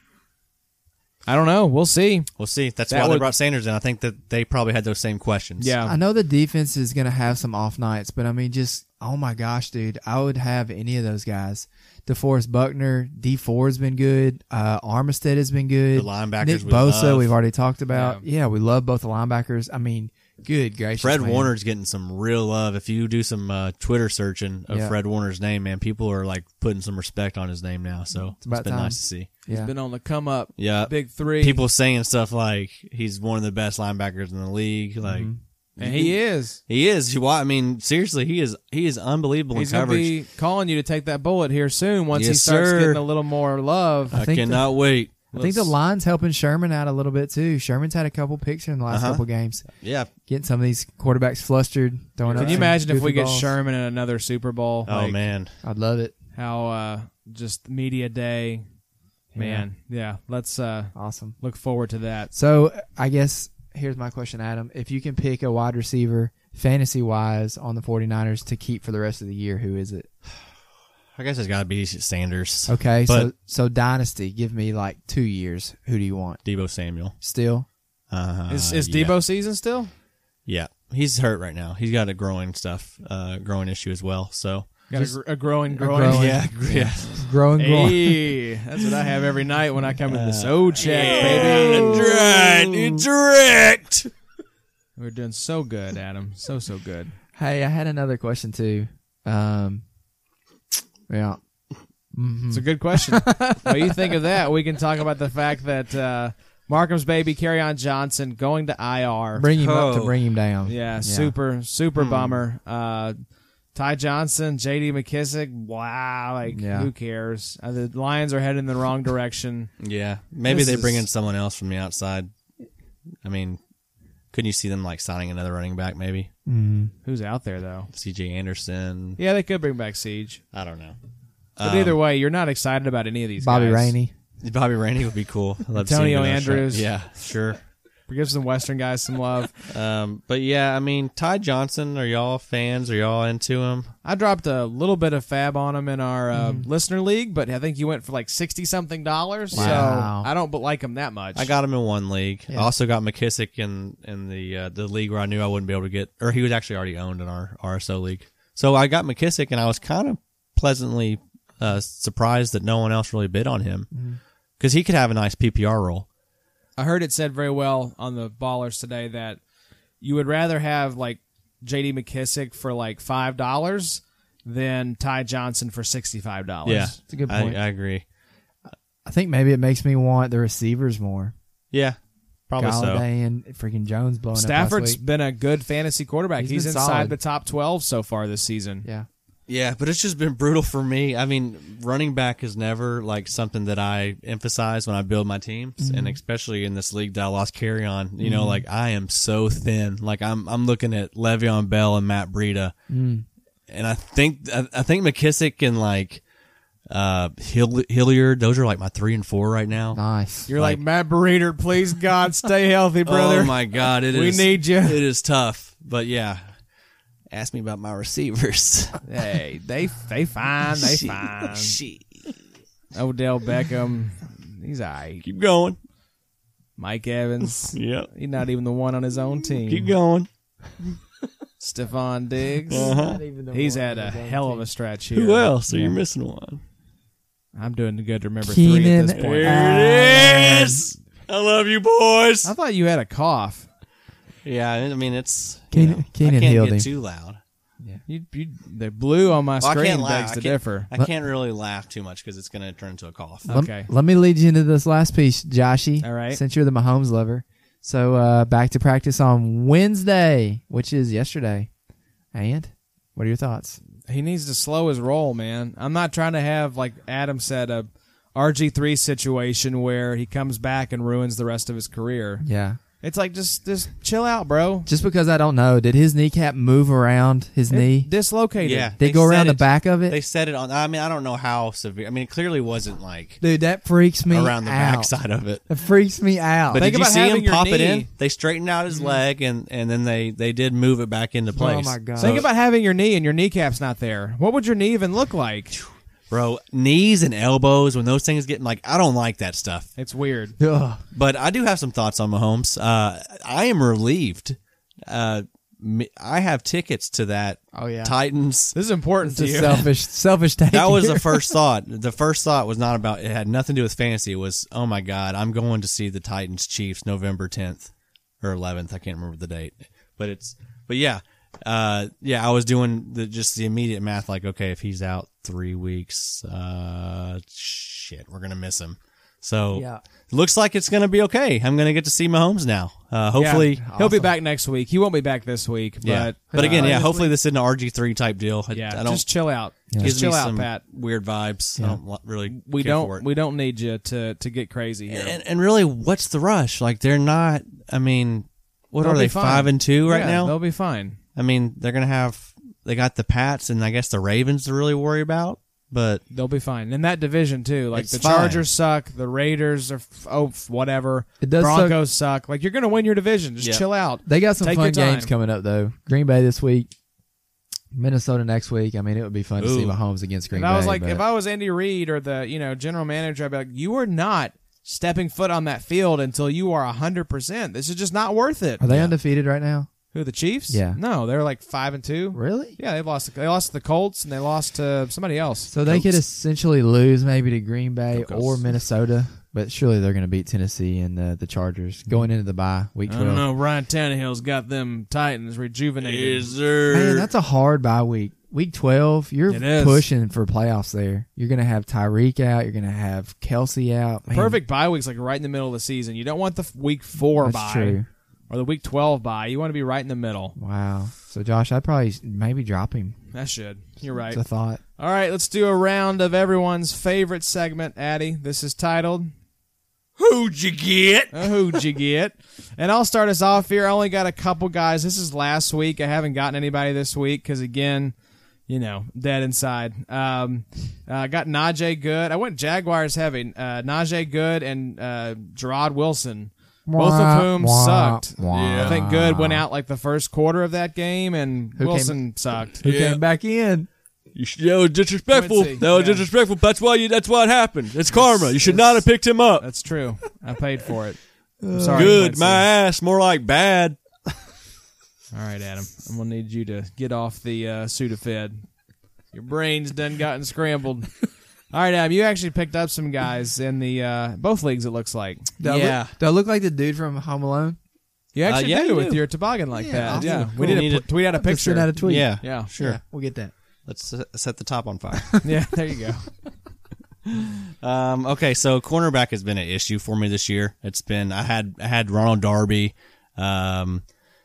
I don't know. We'll see.
we'll see that's
That
why
would-
they brought sanders in i think that they probably had those same questions
Yeah,
I know the defense is going to have some off nights, but I mean, just oh my gosh, dude, I would have any of those guys. DeForest Buckner, D Ford's been good. Uh, Armistead has been good.
The linebackers
Nick
we
Bosa,
love.
we've already talked about. Yeah. we love both the linebackers. I mean, good gracious,
Fred
man.
Warner's getting some real love. If you do some uh, Twitter searching of
Yeah.
Fred Warner's name, man, people are like putting some respect on his name now. So it's,
about
been
time.
nice to see.
Yeah,
been on the come up.
Yeah,
Big three.
people saying stuff like he's one of the best linebackers in the league. Like
and he is.
he is. You wa- I mean, seriously, he is. He is unbelievable
He's
in
going to
coverage.
be calling you to take that bullet here soon once he
Yes,
starts
sir.
getting a little more love.
I,
think the-
cannot wait.
I think the
Let's-
line's helping Sherman out a little bit too. Sherman's had a couple picks in the last
Uh-huh.
couple games,
Yeah.
getting some of these quarterbacks flustered. Throwing up
Can you
some
imagine if
goofy
we get
balls.
Sherman in another Super Bowl?
Oh
Like,
man.
I'd love it.
how uh, just media day, man. Yeah, let's uh,
Awesome.
look forward to that.
So I guess here's my question, Adam. If you can pick a wide receiver fantasy wise on the 49ers to keep for the rest of the year, who is it?
I guess it's got to be Sanders.
Okay, so
But-
so dynasty, give me like two years. Who do you want?
Debo Samuel.
Still,
Uh,
Is, is
yeah.
Debo season still?
Yeah, he's hurt right now. He's got a groin stuff, uh, groin issue as well. So
Got a, gr- a growing, growing.
growing.
yeah, yeah.
growing, growing.
Hey, that's what I have every night when I come to the so check, baby. Mm.
It's right. It's right.
We're doing so good, Adam. So so good.
Hey, I had another question too. Um, yeah,
It's a good question. what do you think of that? We can talk about the fact that uh, Markham's baby, Carryon Johnson, going to IR.
bring him up to
Oh.
bring him down.
Yeah, super, super
Hmm.
bummer. Uh, Ty Johnson, J.D. McKissick. Wow, like
Yeah.
who cares? Uh, the Lions are heading in the wrong direction.
Yeah, maybe
This
they bring
is-
in someone else from the outside. I mean, couldn't you see them like signing another running back? Maybe Mm-hmm.
Mhm.
Who's out there though?
C.J. Anderson.
Yeah, they could bring back Siege,
I don't know.
but
Um,
either way, you're not excited about any of these.
Bobby
guys.
Rainey.
Bobby Rainey would be cool. I love to see
Antonio
him in those
Andrews.
shot- Yeah, sure.
Give some Western guys some love.
Um, but yeah, I mean, Ty Johnson. Are y'all fans? Are y'all into him?
I dropped a little bit of fab on him in our uh,
Mm-hmm.
listener league, but I think you went for like sixty something dollars.
Wow.
So I don't but like him that much.
I got him in one league. I also got McKissick in in the uh, the league where I knew I wouldn't be able to get, or he was actually already owned in our RSO league. So I got McKissick, and I was kind of pleasantly uh, surprised that no one else really bid on
Mm-hmm.
him because he could have a nice PPR role.
I heard it said very well on the ballers today that you would rather have like J.D. McKissick for like five dollars than Ty Johnson for sixty five dollars.
It's a good
I,
point.
I agree.
I think maybe it makes me want the receivers more.
Yeah, probably so.
Galladay and freaking Jones blowing up last
Stafford's
week.
been a good fantasy quarterback.
He's
He's,
been
inside
solid.
the top twelve so far this season.
Yeah.
Yeah, but it's just been brutal for me. I mean, running back is never like something that I emphasize when I build my teams,
Mm-hmm.
and especially in this league that I lost carry on. You know, like I am so thin. Like I'm, I'm looking at Le'Veon Bell and Matt Breida,
Mm.
and I think, I, I think McKissick and like uh Hill, Hilliard, those are like my three and four right now.
Nice.
You're like, Matt Breeder, please God, stay healthy, brother.
Oh my god, it is.
We need ya.
It is tough, but yeah. Ask me about my receivers.
Hey, they they fine, they fine. Odell Beckham, he's all right.
Keep going.
Mike Evans,
Yep.
he's not even the one on his own team.
Keep going.
Stephon Diggs.
Uh-huh.
He's had a hell of a stretch here.
Who else? So you're missing one.
I'm doing good to remember three at
Keenan.
this point.
There it is. I love you, boys.
I thought you had a cough.
Yeah, I mean it's you
Keenan-
know, I
Keenan
can't
healed
get
him.
too loud.
You, you, the blue on my
Well, I
screen
can't laugh.
begs
I
to
can't-
differ.
I can't really laugh too much because it's going to turn into a cough.
Lem-
Okay.
Let, me lead you into this last piece, Joshy.
All right.
Since you're the Mahomes lover. So uh, back to practice on Wednesday, which is yesterday. And what are your thoughts?
He needs to slow his roll, man. I'm not trying to have like Adam said a RG3 situation where he comes back and ruins the rest of his career.
Yeah.
It's like just just chill out, bro.
Just because I don't know, did his kneecap move around his knee?
It dislocated.
Yeah,
Did it go
said
around the
it-
back of it?
They said it on. I mean, I don't know how severe. I mean, it clearly wasn't like
Dude, that freaks me
around the
out.
backside of it.
That freaks me out.
But
Think
did you
about
see
having
him
your
pop it
knee-
in? They straightened out his leg, and and then they they did move it back into place.
Mm-hmm. Oh my God.
Think
So-
about having your knee and your kneecap's not there. What would your knee even look like?
bro, knees and elbows when those things get like I don't like that stuff.
It's weird.
Ugh.
But I do have some thoughts on Mahomes. Uh, I am relieved. Uh, me- I have tickets to that
Oh, yeah.
Titans
This is important
It's
to
a
you.
selfish, selfish take.
that was
here.
the first thought. The first thought was not about. It had nothing to do with fantasy. It was oh my god, I'm going to see the Titans Chiefs November 10th or 11th. I can't remember the date, but it's but yeah, uh, yeah. I was doing the just the immediate math. Like okay, if he's out three weeks, uh, shit, we're gonna miss him. So
Yeah.
looks like it's gonna be okay. I'm gonna get to see Mahomes now. Uh, hopefully.
Yeah. he'll be back next week. He won't be back this week, but
Yeah, but, again,
uh,
yeah.
this
Hopefully, this isn't an RG three type deal. I,
yeah,
I don't
just chill out.
gives
Just chill
me
out,
some
Pat.
Weird vibes. I don't li- really.
We
care for
don't
it.
we don't need you to to get crazy here.
and, and really, what's the rush? Like they're not. I mean, what
They'll
are
be
they
fine.
five and two right
Yeah, They'll
now?
be fine.
I mean, they're gonna have. They got the Pats and I guess the Ravens to really worry about. But
They'll be fine. In that division too. Like
It's
the
fine.
Chargers suck, the Raiders are f- oh f- whatever.
It does suck.
Broncos suck. Like you're going to win your division. Just
Yeah.
chill out.
They got some
Take your
fun
time.
games coming up though. Green Bay this week, Minnesota next week. I mean, it would be fun to see
Ooh.
Mahomes against Green
If
Bay.
I was like
but-
if I was Andy Reid or the, you know, general manager, I'd be like you are not stepping foot on that field until you are 100%. This is just not worth it.
are they undefeated right now?
Who the Chiefs?
Yeah.
No, they're like 5 and 2.
Really?
Yeah, they lost they lost to the Colts and they lost to somebody else.
So they could
Goats.
essentially lose maybe to Green Bay
Go Goats.
or Minnesota, but surely they're going to beat Tennessee and uh, the Chargers going into the bye week
I
twelve.
don't know. Ryan Tannehill's got them Titans rejuvenated.
Man, that's a hard bye week. Week twelve, you're
It is.
pushing for playoffs. There, you're going to have Tyreek out. You're going to have Kelsey out. Man,
Perfect bye week's like right in the middle of the season. You don't want the f- week four
That's
bye
true.
or the week twelve bye. You want to be right in the middle.
Wow. So Josh, I'd probably s- maybe drop him.
That should. You're right.
It's a thought.
All right, let's do a round of everyone's favorite segment, Addy. This is titled
who'd you get?
Uh, Who'd You Get? And I'll start us off here. I only got a couple guys. This is last week. I haven't gotten anybody this week because, again, you know, dead inside. Um, uh, I got Najee Good. I went Jaguars heavy. Uh, Najee Good and uh, Gerard Wilson, both
Wah,
of whom
wah,
sucked.
wah.
I think Good went out like the first quarter of that game, and
Who
Wilson sucked.
Who came back in?
You should, that was disrespectful.
Quincy, That was yeah.
disrespectful. That's why you. That's why it happened. It's karma. You should not have picked him up.
That's true. I paid for it. I'm sorry, Quincy.
Uh, ass. More like bad.
All right, Adam. I'm gonna need you to get off the uh, Sudafed. Your brain's done gotten scrambled. All right, Adam. You actually picked up some guys in the uh, both leagues. It looks like
Do I
Yeah. Uh,
Look, do I look like the dude from Home Alone?
you actually
yeah,
do
you
with
do.
your toboggan like
Yeah,
that.
awesome.
Yeah, we
Cool.
did
Need
a,
a-
put tweet out a
Just send out
picture.
a tweet.
Yeah.
Yeah,
Sure.
Yeah, we'll get that.
Let's uh, set the top on fire.
yeah. There you go.
Um, okay, so cornerback has been an issue for me this year. It's been I had I had Ronald Darby. Um,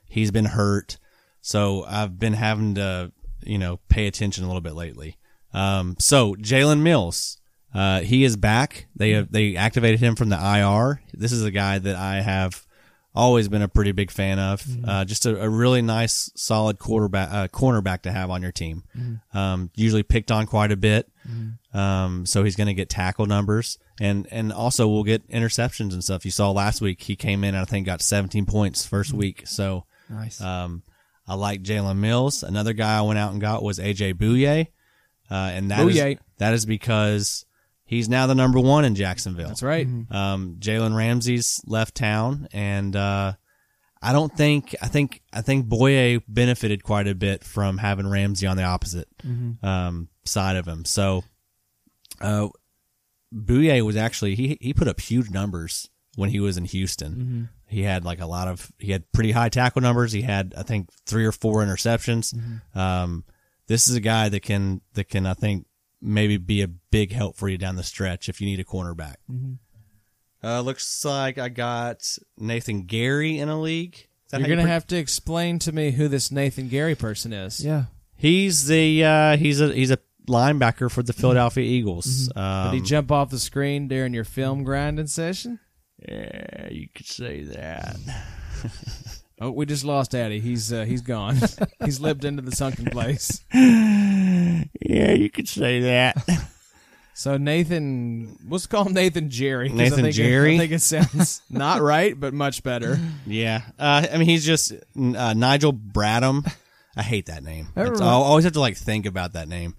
he's been hurt, so I've been having to you know pay attention a little bit lately. Um, so Jalen Mills, uh, he is back. They have, they activated him from the IR. This is a guy that I have always been a pretty big fan of. Uh, just a, a really nice, solid quarterback uh, cornerback to have on your team. Um, usually picked on quite a bit. Um, so he's going to get tackle numbers and, and also we'll get interceptions and stuff. You saw last week he came in and I think got 17 points 1st week. So,
Nice.
um, I like Jalen Mills. Another guy I went out and got was AJ Bouye. Uh, and that is-
Bouye.
that is because he's now the number one in Jacksonville.
That's right.
Um, Jalen Ramsey's left town, and uh, I don't think I think I think Boye benefited quite a bit from having Ramsey on the opposite um, side of him. So, uh, Bouye was actually he he put up huge numbers when he was in Houston. He had like a lot of he had pretty high tackle numbers. He had I think three or four interceptions.
Mm-hmm.
Um, this is a guy that can that can I think maybe be a big help for you down the stretch if you need a cornerback.
Mm-hmm.
Uh, looks like I got Nathan Gary in a league. Is that
You're
how you
gonna
pro-
have to explain to me who this Nathan Gary person is.
Yeah.
He's the uh, he's a he's a linebacker for the Philadelphia Eagles. Um,
Did he jump off the screen during your film grinding session?
yeah, you could say that.
Oh, we just lost Addy. He's uh, he's gone. he's lived into the sunken place.
Yeah, you could say that.
So Nathan, let's call him Nathan Jerry. 'cause
Nathan
I think it-
Jerry?
I think it sounds not right, but much better.
yeah, uh, I mean he's just uh, Nigel Bradham. I hate that name.
That
It's-
remi-
I always have to like think about that name.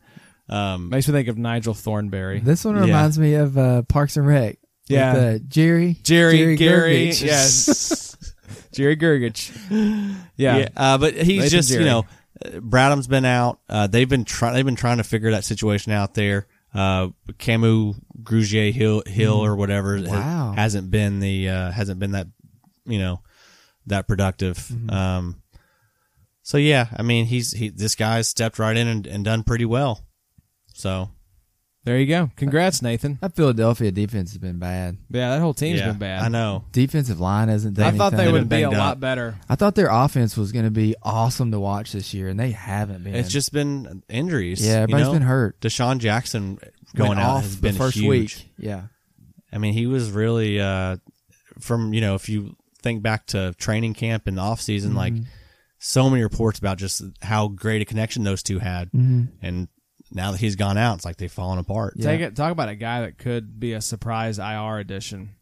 Um,
Makes me think of Nigel Thornberry.
This one reminds me of uh, Parks and Rec. with,
Yeah.
uh, Jerry.
Jerry, Gary,
Gervich.
yes, Jerry Gergich. Yeah.
yeah, uh, but he's
Nathan
just
Jerry.
you know uh, Bradham's been out. Uh, they've been trying. They've been trying to figure that situation out there. Uh, Camus Grugier Hill Hill
Mm.
or whatever has-
Wow.
hasn't been the uh, hasn't been that you know that productive.
Mm-hmm.
Um, so yeah, I mean he's he this guy's stepped right in and, and done pretty well. So
There you go. Congrats, Nathan.
That Philadelphia defense has been bad.
Yeah, that whole team's
yeah,
been bad.
I know.
Defensive line hasn't done
I thought they
anything.
would be a
banged
lot
up.
better.
I thought their offense was going to be awesome to watch this year, and they haven't been.
It's just been injuries.
yeah,
everybody's
everybody's been hurt.
Deshaun Jackson
Went
going out
off
has
the
been
first
huge.
week. Yeah,
I mean, he was really uh, from you know if you think back to training camp and off season, like
Mm-hmm.
so many reports about just how great a connection those two had, and now that he's gone out, it's like they've fallen apart.
Mm-hmm. Yeah.
Take it. Talk about a guy that could be a surprise IR addition.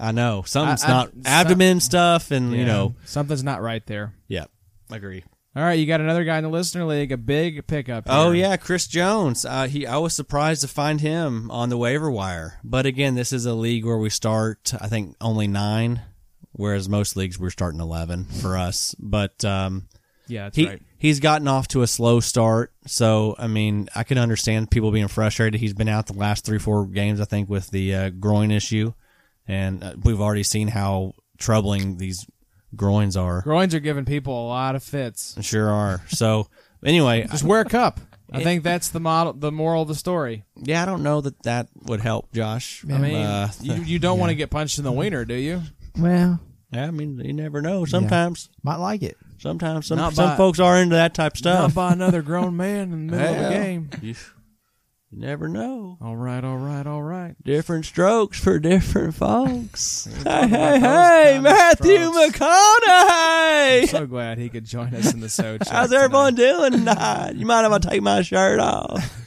I know something's
I- I-
not
some-
abdomen stuff, and you know,
something's not right there.
yeah, agree.
All right, you got another guy in the listener league, a big pickup.
Oh
here.
yeah, Chris Jones. Uh, he I was surprised to find him on the waiver wire, but again, this is a league where we start I think only nine, whereas most leagues we're starting eleven for us. But um,
yeah, that's
he
right.
he's gotten off to a slow start, so I mean I can understand people being frustrated. He's been out the last three four games, I think, with the uh, groin issue, and uh, we've already seen how troubling these groins are.
Groins are giving people a lot of fits.
Sure are. So anyway,
Just wear a cup. I think that's the model, the moral of the story.
yeah, I don't know that that would help, Josh.
I mean,
Uh,
you, you don't want to get punched in the wiener, do you?
well,
yeah, I mean you never know. Sometimes,
might like it.
sometimes some
Not
some
by-
folks are into that type of stuff.
Not by another grown man in the middle of the
Hell.
game.
you you never know.
All right, all right, all right.
Different strokes for different folks. hey,
about
hey,
those
hey,
kind of
Matthew
strokes.
McConaughey.
So glad he could join us in the show.
How's everyone doing tonight? You mind if I take my shirt off?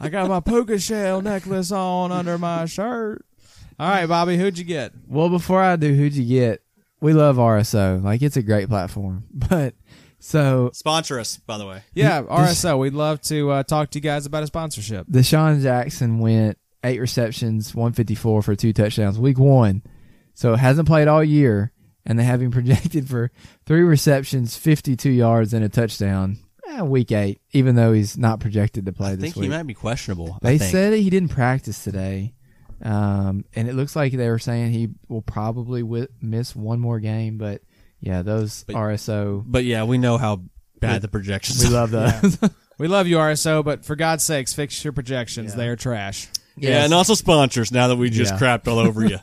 I got my puka shell necklace on under my shirt. All right, Bobby, who'd you get?
Well, before I do, who'd you get? We love RSO. Like it's a great platform, but so
Sponsor us, by the way.
Yeah, RSO. We'd love to uh, talk to you guys about a sponsorship.
Deshaun Jackson went eight receptions, 154 for two touchdowns, week one. So hasn't played all year, and they have him projected for three receptions, 52 yards, and a touchdown. eh, week eight, even though he's not projected to play
I
this
think
week.
he might be questionable.
they
I think.
said he didn't practice today, um, and it looks like they were saying he will probably wi- miss one more game. But yeah, those
But-
RSO,
but yeah, we know how bad the projections.
we
are.
love those.
We love you, RSO, but for God's sakes, fix your projections. They are trash.
Yeah,
Yes.
and also sponsors. Now that we just
Yeah.
crapped all over you,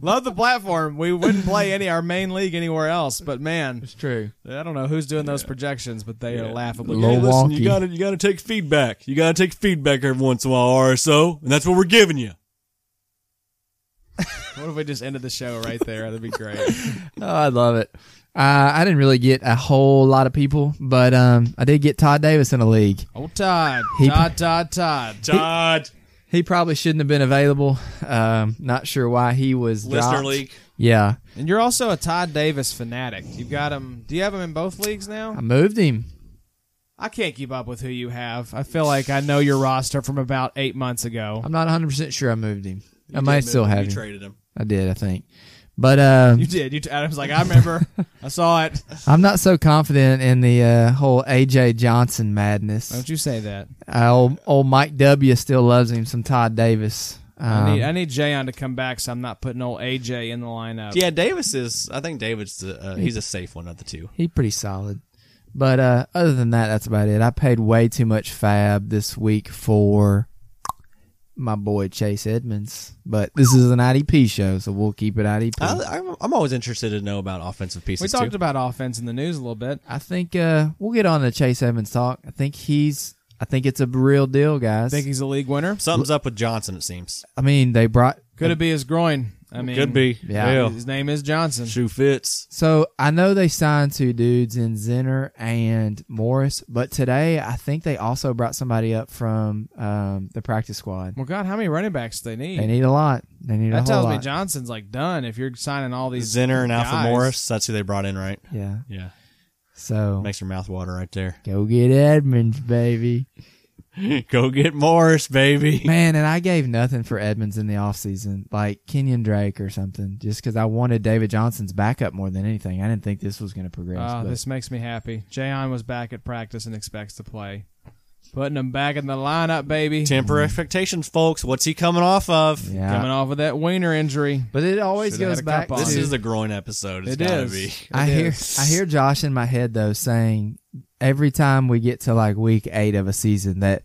Love the platform. We wouldn't play any our main league anywhere else, but man,
It's true.
I don't know who's doing those projections, but they are laughably.
Low
bad.
Milwaukee.
listen, you gotta you gotta take feedback. You gotta take feedback every once in a while, RSO, and that's what we're giving you.
What if we just ended the show right there? That'd be great.
Oh, I love it. Uh, I didn't really get a whole lot of people, but um, I did get Todd Davis in a league.
Oh, Todd.
He-
Todd, Todd, Todd.
Todd,
He probably shouldn't have been available. Um, not sure why he was
listener
dropped.
league.
Yeah,
And you're also a Todd Davis fanatic. You've got him. Do you have him in both leagues now?
I moved him.
I can't keep up with who you have. I feel like I know your roster from about eight months ago.
I'm not 100 percent sure I moved him. I might still have
You
him.
traded him.
I did, I think. But uh,
You did. You. T- Adam's like, I remember. I saw it.
I'm not so confident in the uh, whole AJ Johnson madness.
Don't you say that.
Uh, old, old Mike W still loves him some Todd Davis.
I need I need Jayon to come back, so I'm not putting old AJ in the lineup.
Yeah, Davis is. I think David's the, uh, he's a safe one of the two.
He pretty solid. But uh, other than that, that's about it. I paid way too much fab this week for my boy Chase Edmonds. But this is an IDP show, so we'll keep it IDP. I,
I, I'm, I'm always interested to know Um, about offensive
we
pieces
talked
too.
about offense in the news a little bit.
think uh, we'll get on to Chase Edmonds talk. I think he's. I think it's a real deal, guys.
I think he's a league winner.
Something's up with Johnson. It seems.
I mean, they brought.
Could it be his groin? I mean,
Could be.
Yeah.
His name is Johnson.
Shoe fits.
So I know they signed two dudes in Zinner and Morris, but today I think they also brought somebody up from um, the practice squad.
Well, God, how many running backs do they need?
They need a lot. They need a
that
whole
tells
lot.
me Johnson's like done. If you're signing all these
Zinner and Alpha
guys.
Morris. That's who they brought in, right?
Yeah.
Yeah.
So
Makes your mouth water right there.
go get Edmonds, baby.
Go get Morris, baby.
Man, and I gave nothing for Edmonds in the offseason, like Kenyon Drake or something, just because I wanted David Johnson's backup more than anything. I didn't think this was going to progress.
Oh,
but
this makes me happy. Jayon was back at practice and expects to play. Putting him back in the lineup, baby.
Temper expectations, folks. What's he coming off of?
yeah.
Coming off of that wiener injury.
But it always
Should've
goes
had a cup
back to
on.
This is the groin episode. It's
It
gotta
is.
be.
I
It
hear
is.
I hear Josh in my head though saying every time we get to like week eight of a season that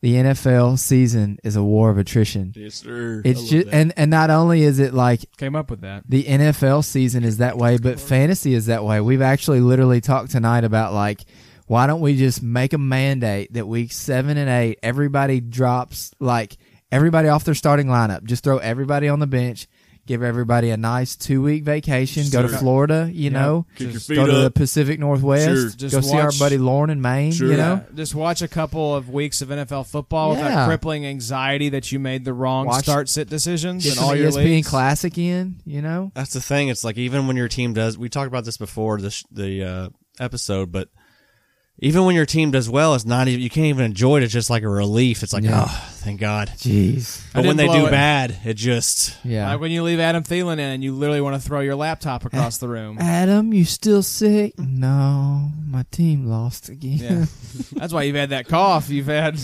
the NFL season is a war of attrition.
Yes, sir. I
It's
love
just
that.
and, and not only is it like
Came up with that.
the NFL season is that way, but fantasy is that way. We've actually literally talked tonight about like why don't we just make a mandate that week seven and eight everybody drops like everybody off their starting lineup. Just throw everybody on the bench, give everybody a nice two week vacation, go to
Sure.
Florida, you know.
Kick your
Just
feet
go to the
up.
Pacific Northwest.
Sure.
Just
go see our
watch-
buddy Lauren in Maine. You
Sure.
know,
Yeah, Just watch a couple of weeks of NFL football with that
Yeah.
crippling anxiety that you made the wrong
Watch-
start sit decisions
get
in
some E
all your
ESPN
leagues.
Classic in. You know,
That's the thing. It's like even when your team does. We talked about this before the sh- the uh, episode, but even when your team does well, it's not. even You can't even enjoy it. It's just like a relief. It's like,
Yeah.
oh, thank God.
jeez,
I
But when they
didn't
do
blow it.
bad, it just
yeah.
Like when you leave Adam Thielen in and you literally want to throw your laptop across the room.
Adam, you still sick? No, my team lost again.
Yeah. That's why you've had that cough. You've had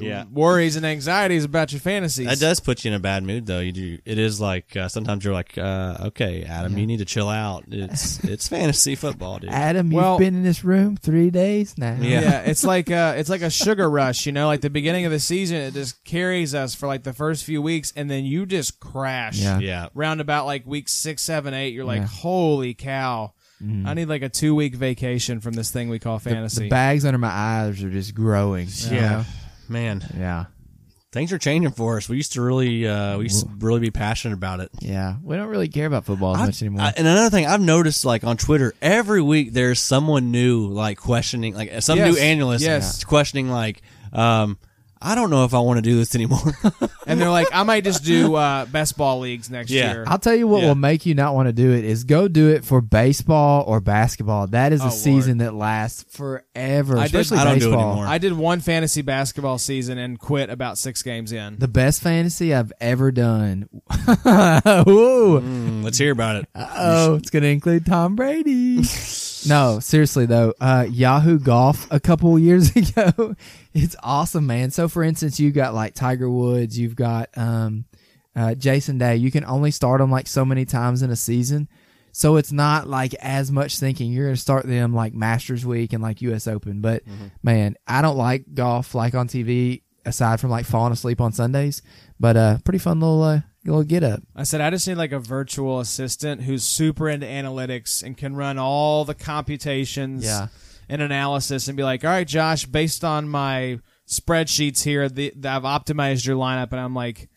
Yeah.
worries and anxieties about your fantasies.
that does put you in a bad mood though. You do. It is like uh, sometimes you're like, uh, okay, Adam, you need to chill out. It's it's fantasy football, dude.
Adam,
Well-
you've been in this room three days now.
Yeah.
Yeah. it's like uh, it's like a sugar rush, you know. Like the beginning of the season, it just carries us for like the first few weeks, and then you just crash.
Yeah.
Yeah.
Round about like week six, seven, eight, you're like,
Yeah. Mm-hmm.
holy cow! I need like a two week vacation from this thing we call fantasy.
The bags under my eyes are just growing. you
Yeah.
know?
Man,
yeah,
things are changing for us. We used to really, uh, we used to really be passionate about it.
yeah. We don't really care about football as
I've-
much anymore.
I- and another thing I've noticed, like on Twitter, every week there's someone new, like questioning, like uh, some
Yes,
new analyst,
yes.
questioning, like, um, I don't know if I want to do this anymore.
and they're like, I might just do uh, best ball leagues next
Yeah.
year.
I'll tell you what
Yeah.
will make you not want to do it is go do it for baseball or basketball. That is a
Oh,
season that lasts forever,
I did-
especially
I don't do it
baseball.
anymore.
I did one fantasy basketball season and quit about six games in.
The best fantasy I've ever done. Whoa.
Mm, let's hear about it.
Oh, it's going to include Tom Brady. no, seriously though, uh, Yahoo Golf a couple years ago, it's awesome, man. So for instance, you got like Tiger Woods, you've got um, uh, Jason Day. You can only start them like so many times in a season, so it's not like as much thinking. You're going to start them like Masters Week and like U.S. Open. But man, I don't like golf like on TV aside from like falling asleep on Sundays. But uh, pretty fun little uh, little get up.
I said, I just need like a virtual assistant who's super into analytics and can run all the computations
Yeah.
and analysis and be like, all right, Josh, based on my spreadsheets here, the, the- I've optimized your lineup. And I'm like,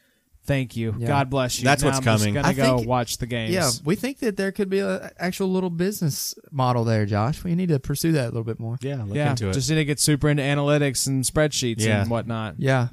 thank you.
Yeah.
God bless you.
That's
Now
what's
I'm Just
coming.
gonna
I
go
think-
watch the games.
Yeah, we think that there could be an actual little business model there, Josh. We need to pursue that a little bit more.
Yeah, look
yeah.
into it.
Just need to get super into analytics and spreadsheets
Yeah.
and whatnot.
Yeah.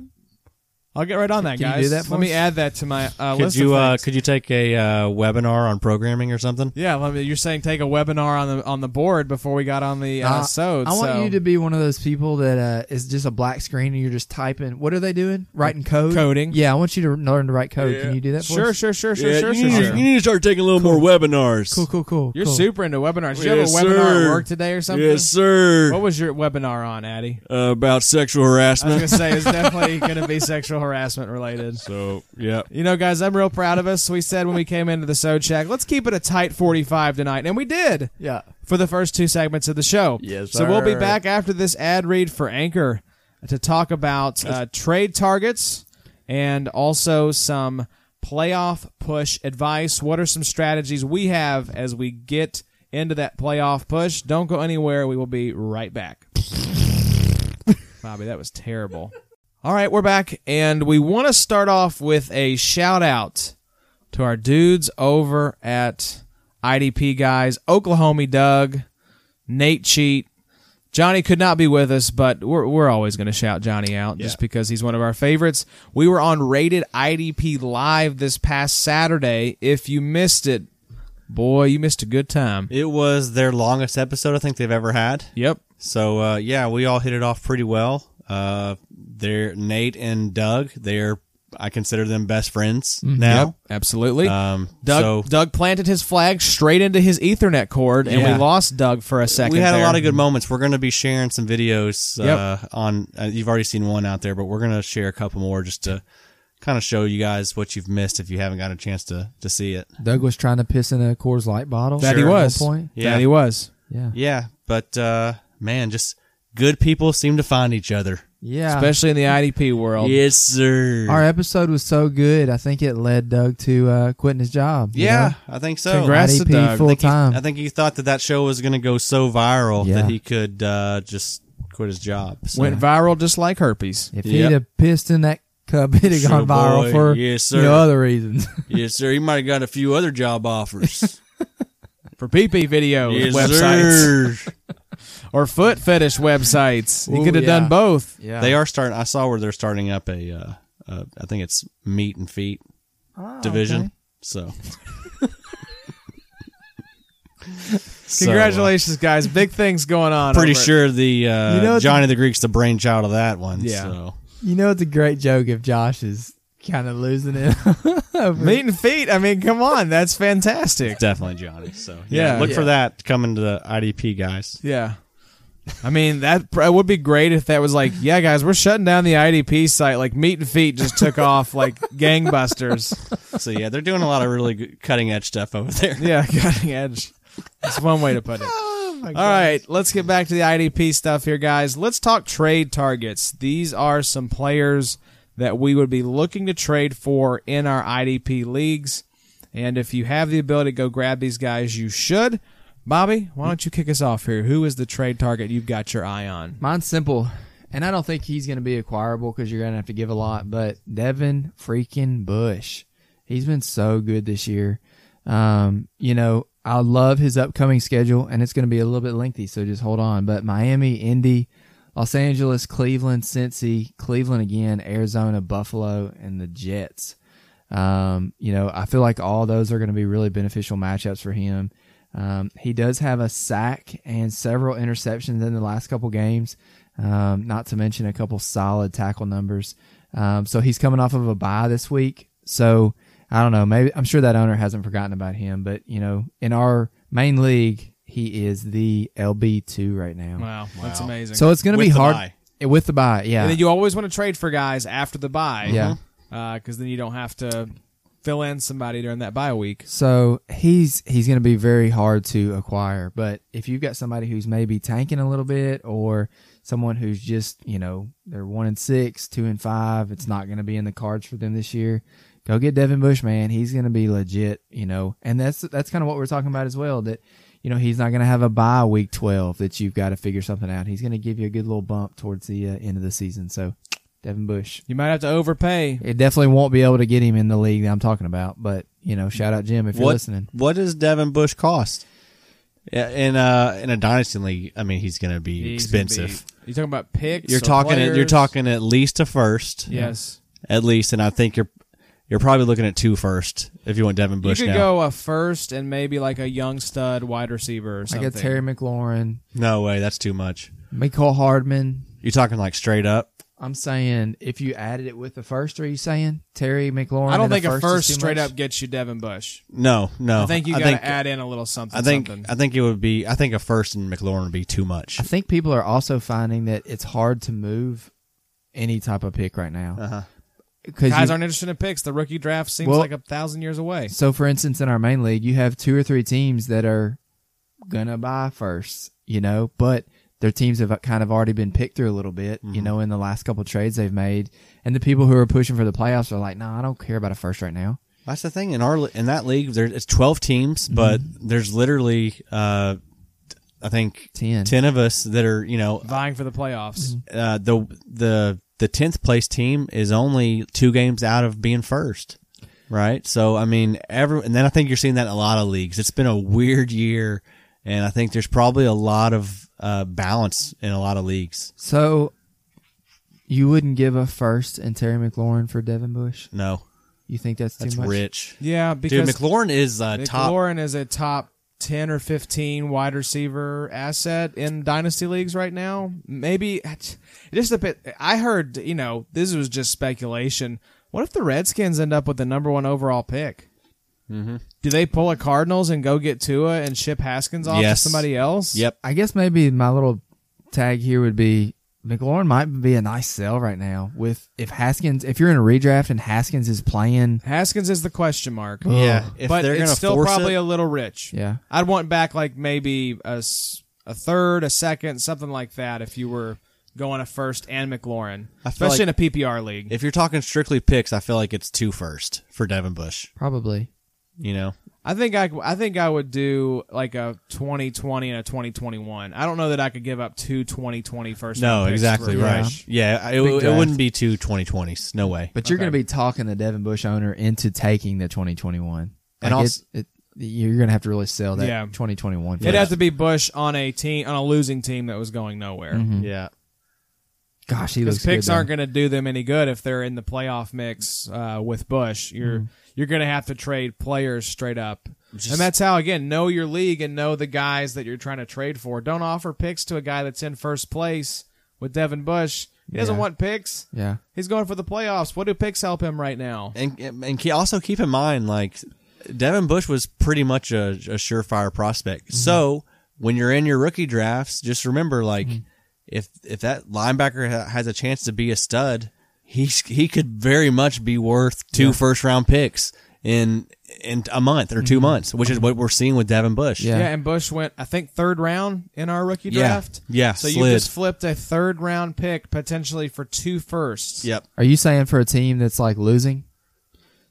I'll get right on that,
Can you
guys.
do that for
let me
us?
add that to my uh,
could
list.
you
of
uh,
things.
could you take a uh, webinar on programming or something?
yeah, let me, you're saying take a webinar on the on the board before we got on the uh,
Uh,
so.
I want
so-
you to be one of those people that uh, is just a black screen and you're just typing. What are they doing? Writing code?
Coding.
Yeah, I want you to learn to write code.
Yeah.
Can you do that for
Sure,
us?
sure, sure, sure,
Yeah,
sure, sure,
you, need,
sure.
you need to start taking a little more webinars.
Cool, cool, cool.
You're
cool.
super into webinars. Did you have a
Yes,
webinar
sir.
at work today or something?
Yes, sir.
What was your webinar on, Addy?
uh, about sexual
I was
harassment.
gonna say it's definitely gonna be sexual sexual harassment related.
So yeah,
You know, guys, I'm real proud of us. We said when we came into the so check, let's keep it a tight 45 tonight, and we did
Yeah.
for the first two segments of the show.
Yes,
So we'll be
sir.
back after this ad read for Anchor to talk about uh, trade targets and also some playoff push advice. What are some strategies we have as we get into that playoff push? Don't go anywhere. We will be right back. Bobby, that was terrible. All right, we're back, and we want to start off with a shout out to our dudes over at IDP guys, Oklahoma Doug, Nate Cheat. Johnny could not be with us, but we're, we're always going to shout Johnny out just because he's one of our favorites. We were on Rated IDP Live this past Saturday. If you missed it, boy, you missed a good time.
it was their longest episode I think they've ever had.
Yep.
So uh, yeah, we all hit it off pretty well. Uh, they're Nate and Doug. They're I consider them best friends now.
Mm-hmm. Yep, absolutely.
Um,
Doug,
so
Doug planted his flag straight into his Ethernet cord, and
Yeah.
we lost Doug for a second.
we had a
there.
lot of good moments. We're going to be sharing some videos uh,
Yep.
on. Uh, you've already seen one out there, but we're going to share a couple more just to kind of show you guys what you've missed if you haven't got a chance to to see it.
Doug was trying to piss in a Coors Light bottle.
that he
at one
was.
point.
Yeah.
That he was.
Yeah.
Yeah, but uh, man, just good people seem to find each other.
Yeah.
Especially in the IDP world.
Yes, sir.
Our episode was so good. I think it led Doug to uh, quitting his job. you
Yeah,
know?
I think so.
Congrats to Doug.
IDP full
think he-
time.
Uh, I think he thought that that show was going to go so viral
Yeah.
that he could uh, just quit his job. So.
Went viral just like herpes.
Yep.
If he'd have pissed in that cup, it'd have
Sure
gone viral
boy.
for
Yes,
you
sir.
know, other reasons.
yes, sir. He might have got a few other job offers.
For PP videos,
yes,
websites,
sir.
or foot fetish websites. He
Ooh,
could have
yeah.
done both.
yeah.
They are starting. I saw where they're starting up a. Uh, uh, I think it's meat and feet
Oh,
division. So. So, uh,
Congratulations, guys. Big things going on.
pretty
over at-
sure the uh,
You know what
Johnny the Greek's the brainchild of that one.
Yeah.
So.
You know, it's a great joke if Josh is kind of losing it. over-
Meat and feet. I mean, come on. That's fantastic.
Definitely Johnny. So
Yeah.
look
Yeah.
for that coming to the IDP guys.
Yeah. I mean, that pr- it would be great if that was like, yeah, guys, we're shutting down the IDP site. Like, Meat and Feet just took off like gangbusters.
So yeah, they're doing a lot of really good cutting edge stuff over there.
Yeah, cutting edge. That's one way to put it. All right, let's get back to the IDP stuff here, guys. Let's talk trade targets. These are some players that we would be looking to trade for in our IDP leagues. And if you have the ability to go grab these guys, you should. Bobby, why don't you kick us off here? Who is the trade target you've got your eye on?
Mine's simple, and I don't think he's going to be acquirable because you're going to have to give a lot. But Devin freaking Bush, he's been so good this year. Um, you know, I love his upcoming schedule, and it's going to be a little bit lengthy, so just hold on. But Miami, Indy, Los Angeles, Cleveland, Cincy, Cleveland again, Arizona, Buffalo, and the Jets. Um, you know, I feel like all those are going to be really beneficial matchups for him. Um, he does have a sack and several interceptions in the last couple games, um, not to mention a couple solid tackle numbers. Um, so he's coming off of a bye this week. So I don't know. Maybe I'm sure that owner hasn't forgotten about him, but you know, in our main league, he is the LB two right now.
Wow, that's amazing.
So it's going to
With
be
the
hard
bye.
with the buy. Yeah,
and then you always want to trade for guys after the buy.
yeah.
Because then you don't have to fill in somebody during that bye week.
So he's he's going to be very hard to acquire. But if you've got somebody who's maybe tanking a little bit, or someone who's just you know they're one and six, two and five, it's not going to be in the cards for them this year. Go get Devin Bush, man. He's going to be legit, you know. And that's that's kind of what we're talking about as well. That you know he's not going to have a bye week twelve that you've got to figure something out. He's going to give you a good little bump towards the uh, end of the season. So Devin Bush.
You might have to overpay.
It definitely won't be able to get him in the league that I'm talking about, but you know, shout out Jim if you're
what
listening.
what does Devin Bush cost? Yeah, in uh in a dynasty league, I mean he's going to be expensive.
You're talking about picks.
you're
or
talking
players?
you're talking at least a first.
Yes.
At least and I think you're you're probably looking at two first if you want Devin Bush
you could
now.
go a first and maybe like a young stud wide receiver or
I
something.
got Terry McLaurin,
No way, that's too much.
Nicole Hardman.
You're talking like straight up.
I'm saying if you added it with the first, are you saying Terry McLaurin?
I don't
and
think a
is
first
too
straight
much?
up gets you Devin Bush.
No, no.
I think you
I
got
think,
to add in a little something.
I think
something.
I think it would be I think a first and McLaurin would be too much.
I think people are also finding that it's hard to move any type of pick right now. because
Uh-huh. Guys aren't interested in picks. The rookie draft seems
Well-
like a thousand years away.
So, for instance, in our main league, you have two or three teams that are gonna buy first, you know, but their teams have kind of already been picked through a little bit,
Mm-hmm.
you know, in the last couple trades they've made, and the people who are pushing for the playoffs are like, no, I don't care about a first right now.
That's the thing in our in that league. There it's twelve teams, but there's literally uh, I think
10.
ten of us that are you know
Vying for the playoffs.
uh, the the the tenth place team is only two games out of being first, right? So I mean, every and then I think you're seeing that in a lot of leagues. It's been a weird year, and I think there's probably a lot of uh, balance in a lot of leagues.
So, you wouldn't give a first and Terry McLaurin for Devin Bush?
No,
You think that's too
that's
much?
rich,
Yeah,
dude.
because
McLaurin is uh, top.
McLaurin is a top ten or fifteen wide receiver asset in dynasty leagues right now. Maybe it just a bit. I heard you know this was just speculation. What if the Redskins end up with the number one overall pick?
Mm-hmm.
Do they pull a Cardinals and go get Tua and ship Haskins off
Yes.
to somebody else?
Yep.
I guess maybe my little tag here would be McLaurin might be a nice sell right now with if Haskins if you're in a redraft and Haskins is playing
Haskins is the question mark.
Yeah, if
but
they're
it's
gonna
still
force
probably
it,
a little rich.
Yeah.
I'd want back like maybe a, s- a third, a second, something like that. If you were going a first and McLaurin,
I feel
especially
like-
in a PPR league,
if you're talking strictly picks, I feel like it's two first for Devin Bush.
Probably.
You know,
I think I c- I think I would do like a 2020 and a 2021. I don't know that I could give up two 2020 first.
no,
round picks
exactly
for
right.
Rush.
Yeah, I- it,
Big
it
draft.
wouldn't be two 2020s. No way.
But you're
Okay.
going to be talking the Devin Bush owner into taking the 2021.
And
Like,
also-
it, it, you're going to have to really sell that
Yeah.
2021.
It'd
first.
have to be Bush on a team on a losing team that was going nowhere.
Mm-hmm.
Yeah.
Gosh, he
Because
looks
picks
good. though.
aren't going to do them any good if they're in the playoff mix uh, with Bush. You're
Mm-hmm.
you're going to have to trade players straight up, and that's how again know your league and know the guys that you're trying to trade for. Don't offer picks to a guy that's in first place with Devin Bush. He doesn't
Yeah.
want picks.
Yeah.
He's going for the playoffs. What do picks help him right now?
and and ke- also keep in mind like Devin Bush was pretty much a, a surefire prospect.
Mm-hmm.
So when you're in your rookie drafts, just remember like
Mm-hmm.
if if that linebacker ha- has a chance to be a stud, he's he could very much be worth two first round picks in in a month or 2 months, which is what we're seeing with Devin Bush.
Mm-hmm. Yeah.
Yeah. and Bush went, I think, third round in our rookie
Yeah.
draft.
Yeah,
So you
slid.
just flipped a third round pick potentially for two firsts.
Yep.
Are you saying for a team that's like losing?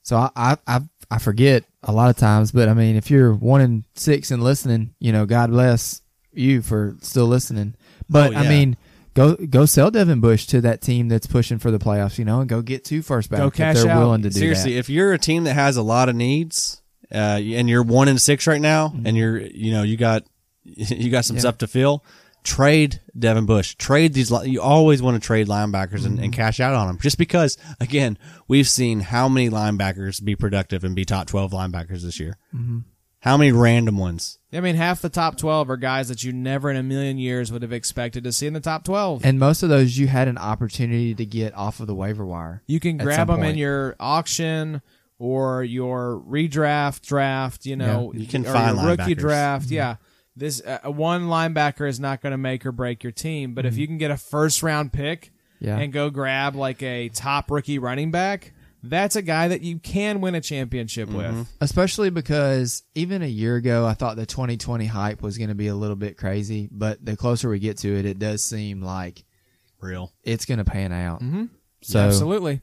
So I, I I I forget a lot of times, but I mean, if you're one in six and listening, you know, God bless you for still listening. But
Oh,
I
yeah.
mean, go go sell Devin Bush to that team that's pushing for the playoffs, you know, and go get two first back if
cash
they're
out.
willing to do
Seriously,
that.
if you're a team that has a lot of needs, uh, and you're one in six right now,
Mm-hmm.
and you're you know you got you got some stuff to fill, trade Devin Bush. Trade these. li- You always want to trade linebackers and,
Mm-hmm.
and cash out on them, just because. Again, we've seen how many linebackers be productive and be top twelve linebackers this year.
Mm-hmm.
How many random ones?
I mean, half the top 12 are guys that you never in a million years would have expected to see in the top 12.
And most of those you had an opportunity to get off of the waiver wire.
you can
at
grab
some
them in
point.
your auction or your redraft draft, you know,
Yeah, you can
or
find
your rookie
linebackers.
draft. Yeah. This uh, one linebacker is not going to make or break your team, but if you can get a first round pick
Yeah.
and go grab like a top rookie running back, that's a guy that you can win a championship with.
Especially because even a year ago, I thought the 2020 hype was going to be a little bit crazy, but the closer we get to it, it does seem like
Real.
it's going to pan out. Mm-hmm. So
Absolutely.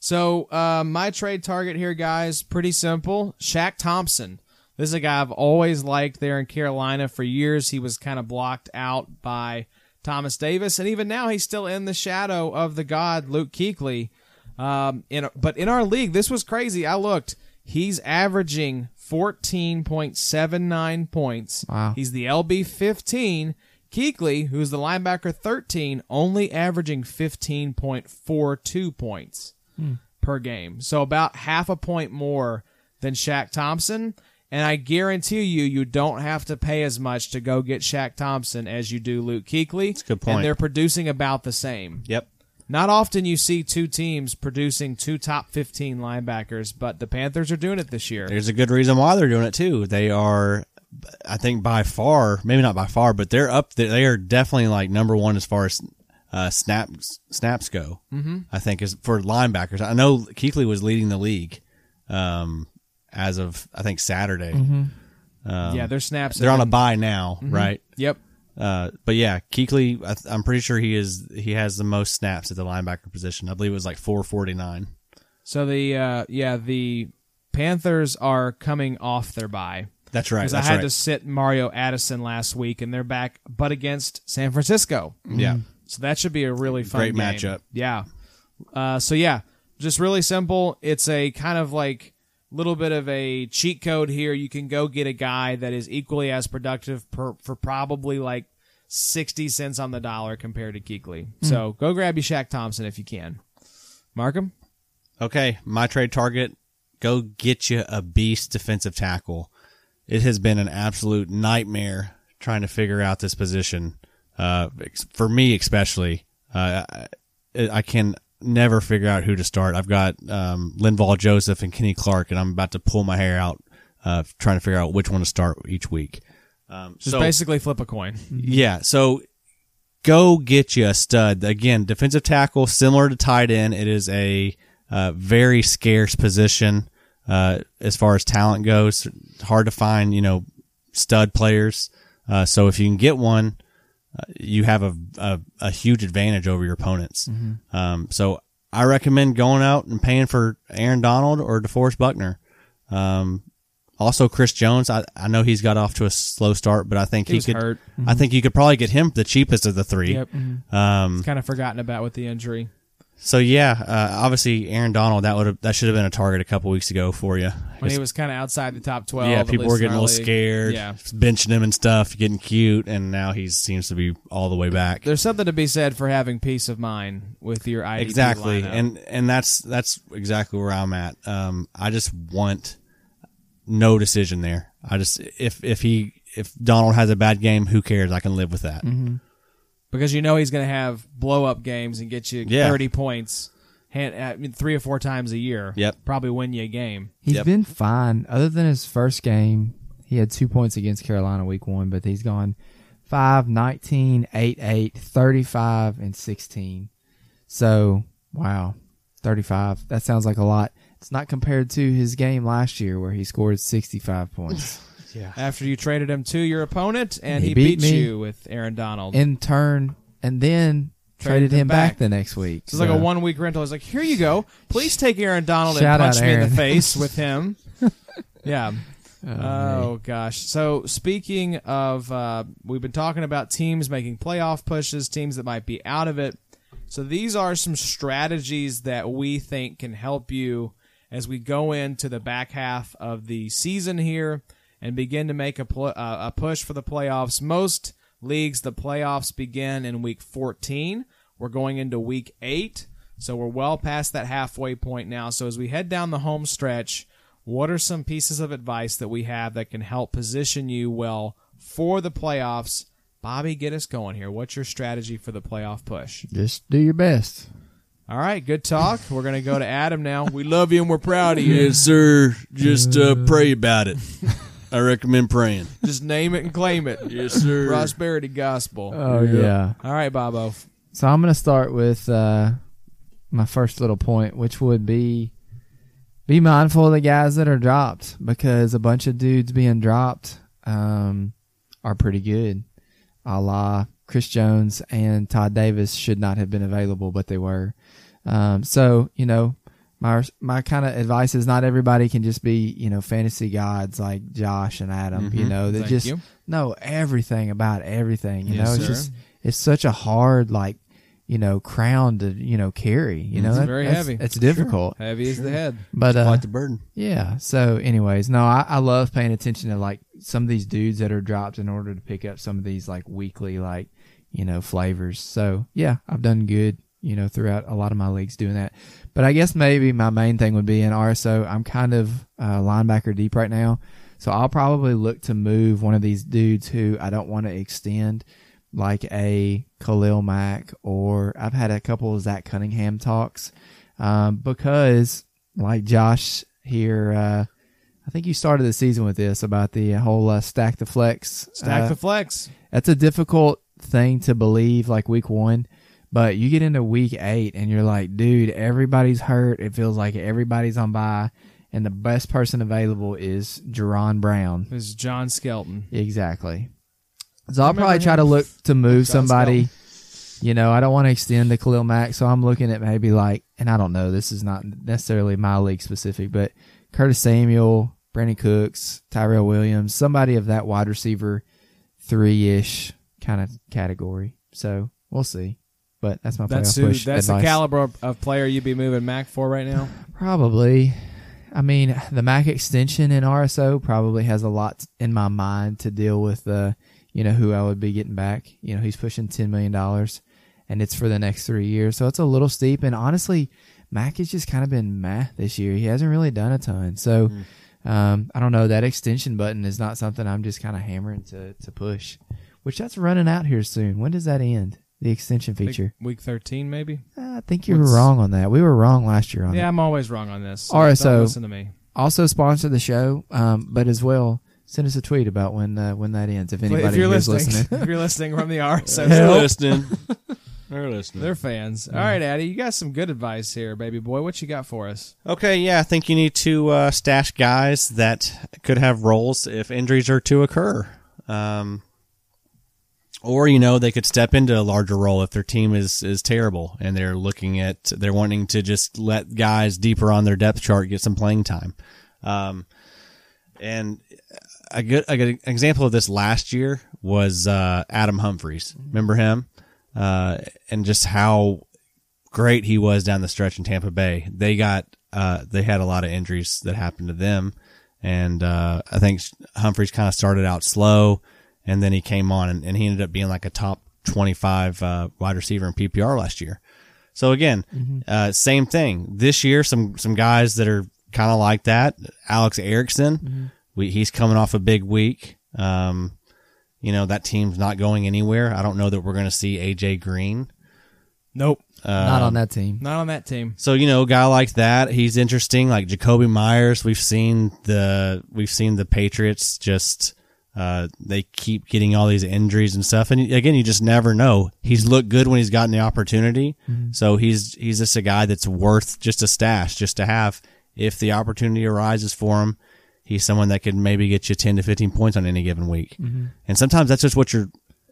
So uh, my trade target here, guys, pretty simple. Shaq Thompson. This is a guy I've always liked there in Carolina for years. He was kind of blocked out by Thomas Davis, and even now he's still in the shadow of the god Luke Kuechly. Um, in but in our league, this was crazy. I looked. He's averaging fourteen point seven nine points.
Wow.
He's the LB fifteen. Keekley, who's the linebacker 13, only averaging 15.42 points
Hmm.
per game. So about half a point more than Shaq Thompson. And I guarantee you, you don't have to pay as much to go get Shaq Thompson as you do Luke Keekley. That's
a good point.
And they're producing about the same.
Yep.
Not often you see two teams producing two top 15 linebackers, but the Panthers are doing it this year.
There's a good reason why they're doing it too. They are, I think, by far, maybe not by far, but they're up. There. They are definitely like number one as far as uh, snap snaps go. I think is for linebackers. I know Keekly was leading the league um, as of I think Saturday. Um,
yeah, their snaps.
they're
have
on a
been-
bye now, right?
Yep.
Uh, but yeah, Keekly, I th- I'm pretty sure he is he has the most snaps at the linebacker position. I believe it was like 449.
So the uh, yeah the Panthers are coming off their bye
That's right.
because
That's
I had
right.
to sit Mario Addison last week, and they're back, but against San Francisco.
yeah.
So that should be a really fun
Great
game.
matchup.
Yeah. Uh, so yeah, just really simple. It's a kind of like little bit of a cheat code here. You can go get a guy that is equally as productive per, for probably like sixty cents on the dollar compared to Keekly. So go grab you Shaq Thompson if you can. Markham.
Okay, my trade target, go get you a beast defensive tackle. It has been an absolute nightmare trying to figure out this position. Uh, ex- for me especially, uh, I, I can never figure out who to start. I've got um, Linval Joseph and Kenny Clark, and I'm about to pull my hair out uh, trying to figure out which one to start each week. Um,
Just
so-
basically flip a coin.
yeah. So go get you a stud. Again, defensive tackle, similar to tight end. It is a uh, very scarce position uh, as far as talent goes. Hard to find, you know, stud players. Uh, so if you can get one, uh, you have a, a, a huge advantage over your opponents.
Mm-hmm.
Um, so I recommend going out and paying for Aaron Donald or DeForest Buckner. Um, also, Chris Jones. I, I know he's got off to a slow start, but I think
He
he,
was
could.
hurt.
I think you could probably get him the cheapest of the three.
Yep.
Um,
Kind of forgotten about with the injury.
so yeah, uh, obviously Aaron Donald. That would have that should have been a target a couple weeks ago for you.
When he was kind of outside the top twelve.
yeah,
at
people
least
were
in
getting a
our
little
league.
scared,
Yeah.
benching him and stuff, getting cute, and now he seems to be all the way back.
There's something to be said for having peace of mind with your IDP
exactly
lineup.
and and that's that's exactly where i'm at um i just want no decision there i just if if he if donald has a bad game who cares i can live with that
Mm-hmm. because you know he's going to have blow up games and get you
Yeah.
30 points hand, uh, I mean, three or four times a year.
Yep.
Probably win you a game.
He's
Yep.
been fine. Other than his first game, he had two points against Carolina week one, but he's gone 5, 19, 8, 8, 35, and 16. So, wow, 35. That sounds like a lot. It's not compared to his game last year where he scored 65 points.
After you traded him to your opponent and he,
He beat
beat
me.
you with Aaron Donald.
In turn, and then
Traded
traded,
him
him back.
back.
the next week.
so it's like a one week rental. He's like, here you go. Please take Aaron Donald
Shout
and
out
punch me in
Aaron.
the face with him. yeah.
Oh,
Oh gosh. So speaking of, uh, we've been talking about teams making playoff pushes, teams that might be out of it. So these are some strategies that we think can help you as we go into the back half of the season here and begin to make a pl- uh, a push for the playoffs. Most leagues, the playoffs begin in week 14. We're going into week eight, so we're well past that halfway point now. So as we head down the home stretch, what are some pieces of advice that we have that can help position you well for the playoffs? Bobby, get us going here. What's your strategy for the playoff push?
Just do your best.
All right, good talk. We're going to go to Adam now. We love you and we're proud of you.
sir just uh, pray about it i recommend praying
Just name it and claim it.
yes sir
Prosperity gospel.
Oh, yeah.
All right, Bobo.
So I'm going to start with uh, my first little point, which would be be mindful of the guys that are dropped because a bunch of dudes being dropped um, are pretty good. A la Chris Jones and Todd Davis should not have been available, but they were. Um, so you know, my my kind of advice is not everybody can just be you know fantasy gods like Josh and Adam. You know, they
Mm-hmm. Thank
just
you.
know everything about everything. You
Yes,
know, it's
sir.
just it's such a hard like you know crown to you know carry. You know,
Mm, It's
That-
very
that's-
heavy.
It's difficult,
Heavy as the head.
but uh,
like the burden
yeah. So, anyways, no, I, I love paying attention to like some of these dudes that are dropped in order to pick up some of these like weekly like you know flavors. So yeah, I've done good you know throughout a lot of my leagues doing that. But I guess maybe my main thing would be in RSO. I'm kind of uh, linebacker deep right now, so I'll probably look to move one of these dudes who I don't want to extend. Like a Khalil Mack, or I've had a couple of Zach Cunningham talks um, because like Josh here, uh, I think you started the season with this about the whole uh, stack the flex.
Stack
uh,
the flex.
that's a difficult thing to believe, like week one, But you get into week eight and you're like, dude, everybody's hurt. It feels like everybody's on bye, and the best person available is Jerron Brown.
This is John Skelton.
Exactly. So I'll
Remember
probably try
him?
to look to move
John
somebody. You know, I don't want to extend the Khalil Mack, so I'm looking at maybe like, and I don't know, this is not necessarily my league specific, but Curtis Samuel, Brandon Cooks, Tyrell Williams, somebody of that wide receiver three ish kind of category. So we'll see. But that's my
That's
playoff
who.
push
That's
advice.
the caliber of- of player you'd be moving Mac for right now.
Probably. I mean, the Mac extension in RSO probably has a lot in my mind to deal with the, you know, who I would be getting back. You know, he's pushing $10 million and it's for the next three years. So it's a little steep. And honestly, Mac has just kind of been meh this year. He hasn't really done a ton. So um, I don't know. That extension button is not something I'm just kind of hammering to, to push, which that's running out here soon. When does that end? The extension
Think
feature.
Week thirteen, maybe.
Uh, I think you were
What's-
wrong on that. We were wrong last year on that.
Yeah, I'm always wrong on this. so
RSO.
Don't listen to me.
also sponsor the show, um, but as well send us a tweet about when uh, when that ends. If anybody
if you're
who's
listening,
listening,
if you're listening from the RSO,
They're listening. They're listening.
they're fans. All right, Addy, you got some good advice here, baby boy. What you got for us?
Okay, yeah, I think you need to uh, stash guys that could have roles if injuries are to occur. Um, or you know they could step into a larger role if their team is is terrible and they're looking at they're wanting to just let guys deeper on their depth chart get some playing time. Um, and a good a good example of this last year was uh, Adam Humphreys. Remember him? Uh, and just how great he was down the stretch in Tampa Bay. They got uh, they had a lot of injuries that happened to them, and uh, I think Humphreys kind of started out slow, and then he came on and, and he ended up being like a top twenty five uh, wide receiver in PPR last year. So again, uh, same thing this year. Some some guys that are kind of like that. Alex Erickson, we, he's coming off a big week. Um, you know that team's not going anywhere. I don't know that we're going to see AJ Green.
Nope,
not on that team.
not on that team.
So you know, a guy like that, he's interesting. Like Jacoby Myers, we've seen the we've seen the Patriots just uh, they keep getting all these injuries and stuff. And again, you just never know. He's looked good when he's gotten the opportunity.
Mm-hmm.
So he's he's just a guy that's worth just a stash, just to have if the opportunity arises for him. He's someone that could maybe get you ten to fifteen points on any given week.
Mm-hmm.
And sometimes that's just what you're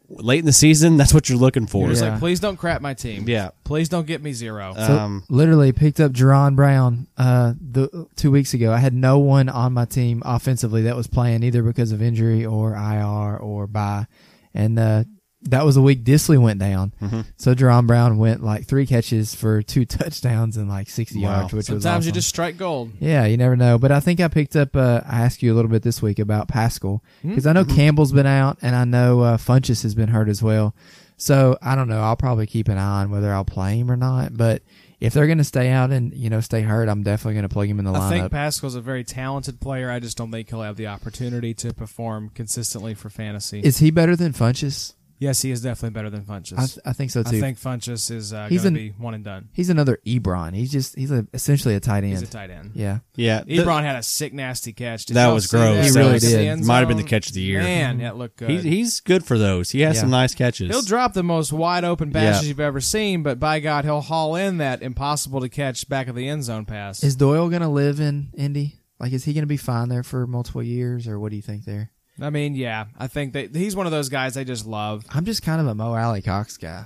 late in the season. That's what you're looking for.
It's
Yeah.
like, please don't crap my team.
Yeah.
please don't get me zero.
So
Um,
literally picked up Jerron Brown uh, the two weeks ago. I had no one on my team offensively that was playing either because of injury or IR or bye, and uh, that was the week Disley went down. So Jerron Brown went like three catches for two touchdowns and like sixty
Wow.
yards, which was
Sometimes
awesome.
you just strike gold.
Yeah, you never know. But I think I picked up. Uh, I asked you a little bit this week about Pascal
Hmm?
because I know
Mm-hmm.
Campbell's been out, and I know uh, Funchess has been hurt as well. So I don't know. I'll probably keep an eye on whether I'll play him or not. But if they're going to stay out and you know stay hurt, I'm definitely going to plug him in the
I
lineup.
think Pascal's a very talented player. I just don't think he'll have the opportunity to perform consistently for fantasy.
is he better than Funchess?
yes, he is definitely better than Funches.
I, I think so
I
too.
think Funches is uh,
He's
going to
an-
be one and done.
he's another Ebron. He's just he's a, essentially a tight end.
He's a tight end.
yeah,
yeah, The-
Ebron had a sick, nasty catch. Did
That
y'all
was
see
gross.
That?
He really
That was
did.
the end
Might have been
zone?
the catch of the year.
Man, that looked good.
He, he's good for those. He has
Yeah.
some nice catches.
he'll drop the most wide open bashes
Yeah.
you've ever seen, but by God, he'll haul in that impossible to catch back of the end zone pass.
is Doyle going to live in Indy? Like, is he going to be fine there for multiple years, or what do you think there?
I mean, yeah, I think that he's one of those guys they just love.
I'm just kind of a Mo Alley Cox guy.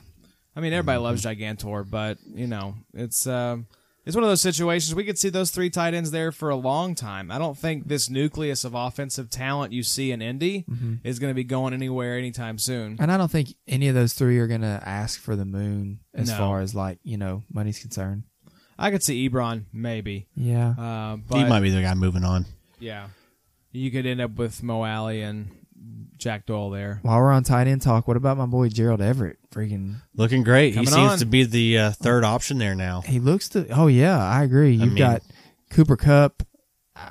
I mean, everybody loves
Mm-hmm.
Gigantor, but you know, it's uh, it's one of those situations we could see those three tight ends there for a long time. I don't think this nucleus of offensive talent you see in Indy
Mm-hmm.
is going to be going anywhere anytime soon.
And I don't think any of those three are going to ask for the moon as
No.
far as like, you know, money's concerned.
I could see Ebron maybe,
Yeah.
uh,
he
but
might be the guy moving on.
yeah, you could end up with Mo Alley and Jack Doyle there.
While we're on tight end talk, what about my boy Gerald Everett? Freaking,
Looking great.
Coming
he seems
on.
to be the uh, third option there now.
he looks to, oh yeah, I agree. You've
mean-
got Cooper Cup.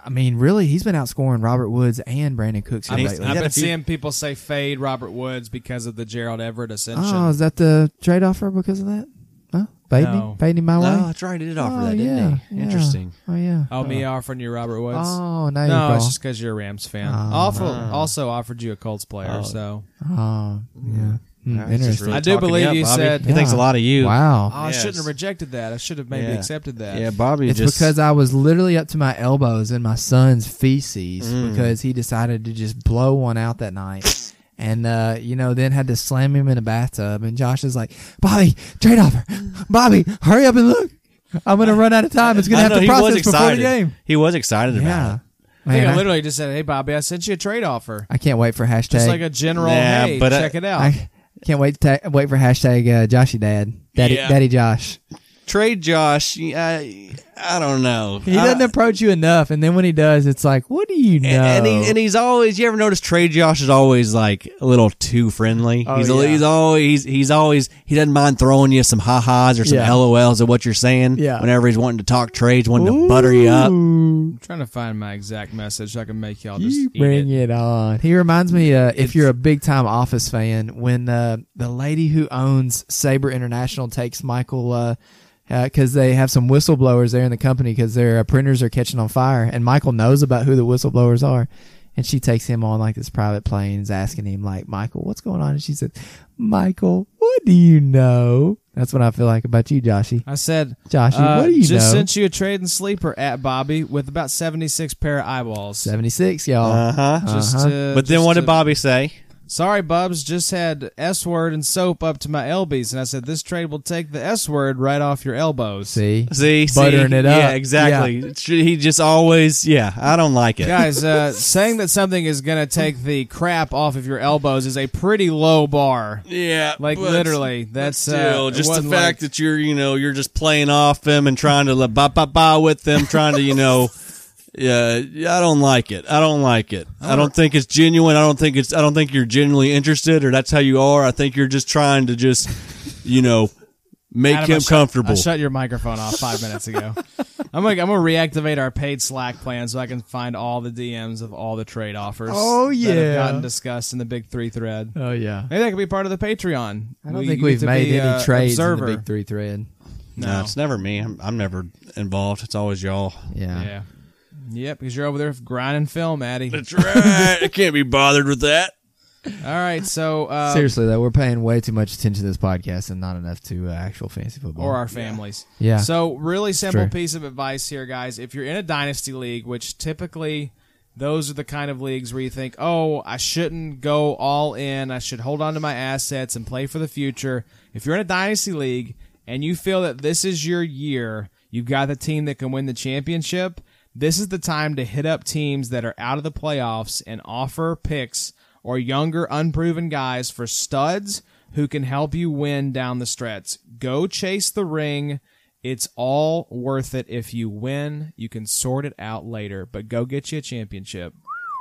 I mean, really, he's been outscoring Robert Woods and Brandon Cooks here
mean,
lately.
He's
I've
had a
been
few-
seeing people say fade Robert Woods because of the Gerald Everett ascension.
Oh, is that the trade offer because of that? Huh? Fading,
No.
him? fading him my way?
that's right. He did
Oh, yeah, yeah. Oh, yeah.
oh, me offering you Robert Woods.
Oh, now
No,
you
it's
call.
just because you're a Rams fan.
Oh.
Awful. Also offered you a Colts player,
Oh.
so
Oh, yeah. Hmm,
Wow, he's just
interesting.
really
Mm. I do
talking
believe
up,
you
Bobby.
said-
he thinks a lot of you.
Oh,
Wow.
I
Yes.
shouldn't have rejected that. I should have maybe
Yeah.
accepted that.
Yeah, Bobby
It's
just
because I was literally up to my elbows in my son's feces
Mm.
because he decided to just blow one out that night. And uh, you know, then had to slam him in a bathtub. And Josh is like, "Bobby, trade offer, Bobby, hurry up and look. I'm gonna run out of time. It's gonna
I
have
know,
to
he was
process before the
excited.
game."
He was excited
Yeah,
about
I think
Man,
I literally just said, "Hey, Bobby, I sent you a trade offer."
I can't wait for hashtag.
Just like a general,
Nah,
hey,
but I-
check it out.
I can't wait to ta- wait for hashtag uh, Joshy Dad, Daddy,
Yeah.
Daddy Josh.
it. Trade Josh. I, I don't know.
He doesn't
I,
approach you enough, and then when he does, it's like, "What do you know?"
And, and, he, and he's always. You ever notice Trade Josh is always like a little too friendly.
Oh,
he's
yeah.
he's always he's always he doesn't mind throwing you some ha ha's or some
Yeah.
LOLs at what you're saying.
Yeah.
Whenever he's wanting to talk trades, wanting to butter you up.
I'm trying to find my exact message so I can make y'all just
You
eat
bring
it.
it. on. He reminds me, uh, if
It's-
you're a big time Office fan, when uh, the lady who owns Saber International takes Michael, because they have some whistleblowers there in the company because their uh, printers are catching on fire, and Michael knows about who the whistleblowers are, and she takes him on like this private plane, and is asking him like, Michael, what's going on? And she says, Michael, what do you know? That's what I feel like about you, Joshy.
I said,
Joshy,
uh,
what do you
just
know?
sent you a trade and sleeper at Bobby with about 76 pair of eyeballs.
Seventy six, y'all.
Uh huh.
Just
Uh-huh.
to-
But then
just
what
to-
did Bobby say?
Sorry, Bubs, just had S word and soap up to my LBs, and I said this trade will take the S word right off your elbows.
See,
See, see,
Buttering it
Yeah,
up.
exactly. He just always. Yeah, I don't like it.
Guys, uh, saying that something is gonna take the crap off of your elbows is a pretty low bar.
Yeah,
Like,
but-
literally,
but
that's,
still
uh, it
just the
wasn't
fact
like-
that you're you know you're just playing off them and trying to la- ba ba ba with them, trying to you know. Yeah, I don't like it. I don't like it. I don't think it's genuine. I don't think it's. I don't think you're genuinely interested, or that's how you are. I think you're just trying to just, you know, make
Adam, I
him
shut-
comfortable.
I shut your microphone off five minutes ago. I'm gonna I'm gonna reactivate our paid Slack plan so I can find all the DMs of all the trade offers.
Oh,
that have
yeah.
gotten discussed in the big three thread.
oh yeah.
Maybe that could be part of the Patreon.
I don't
We-
think
you get
we've
to
made
be,
any
uh,
trades
observer.
in the big three thread.
no. it's never me. I'm, I'm never involved. It's always y'all.
Yeah.
Yeah. Yep, because you're over there grinding film, Addy. All
That's right. I can't be bothered with that.
right, so uh,
Seriously though, we're paying way too much attention to this podcast and not enough to uh, actual fantasy football.
or our families.
Yeah.
So, really simple
true.
piece of advice here, guys. If you're in a dynasty league, which typically those are the kind of leagues where you think, oh, I shouldn't go all in. I should hold on to my assets and play for the future. If you're in a dynasty league and you feel that this is your year, you've got the team that can win the championship, this is the time to hit up teams that are out of the playoffs and offer picks or younger, unproven guys for studs who can help you win down the stretch. Go chase the ring. It's all worth it if you win. You can sort it out later, but go get you a championship,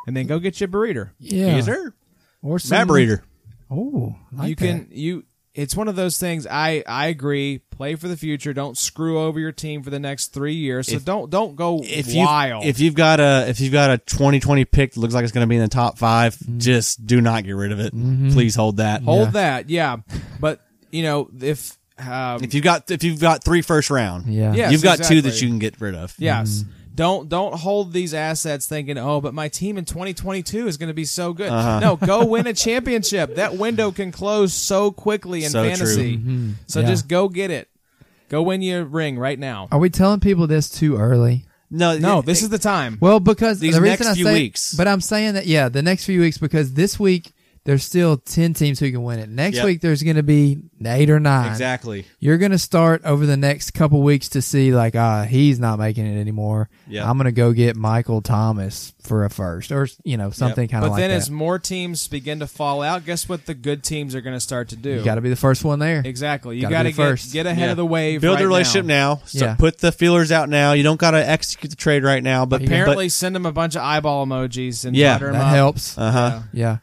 and then go get you a burrito.
yeah,
Yes, sir.
or
Matt
some-
Breeder.
Oh, I like
you
that.
can you. It's one of those things. I I agree. Play for the future. Don't screw over your team for the next three years. So don't don't go
if you
wild.
if you've got a if you've got a 2020 pick that looks like it's going to be in the top 5 just do not get rid of it please hold that
Mm-hmm. Hold
Yeah.
that, yeah. But you know if um,
if you've got if you've got three first round
Yeah.
Yeah.
you've got two that
exactly.
you can get rid of
Yes. Don't don't hold these assets thinking, "Oh, but my team in 2022 is going to be so good."
Uh-huh.
No, go win a championship. That window can close so quickly in
So true. Mm-hmm.
fantasy. So
Yeah.
just go get it. Go win your ring right now.
Are we telling people this too early?
no
No,
Oh, yeah,
this is the time.
Well, because
These
the reason
next
I
few
say,
weeks.
but I'm saying that yeah, the next few weeks because this week there's still ten teams who can win it. Next
Yep.
week there's going to be eight or nine.
exactly
You're going to start over the next couple weeks to see like ah he's not making it anymore.
Yep.
I'm going to go get Michael Thomas for a first or you know something kind
but
of like
then
that.
as more teams begin to fall out, guess what the good teams are going to start to do?
You got to be the first one there.
exactly. You
Gotta be
got to get
the first.
get ahead
Yeah.
of the wave.
build
right
a relationship now, so
Yeah.
put the feelers out now you don't got to execute the trade right now but
Apparently, send them a bunch of eyeball emojis and
Yeah.
butter 'em
That
up.
helps.
uh huh
yeah.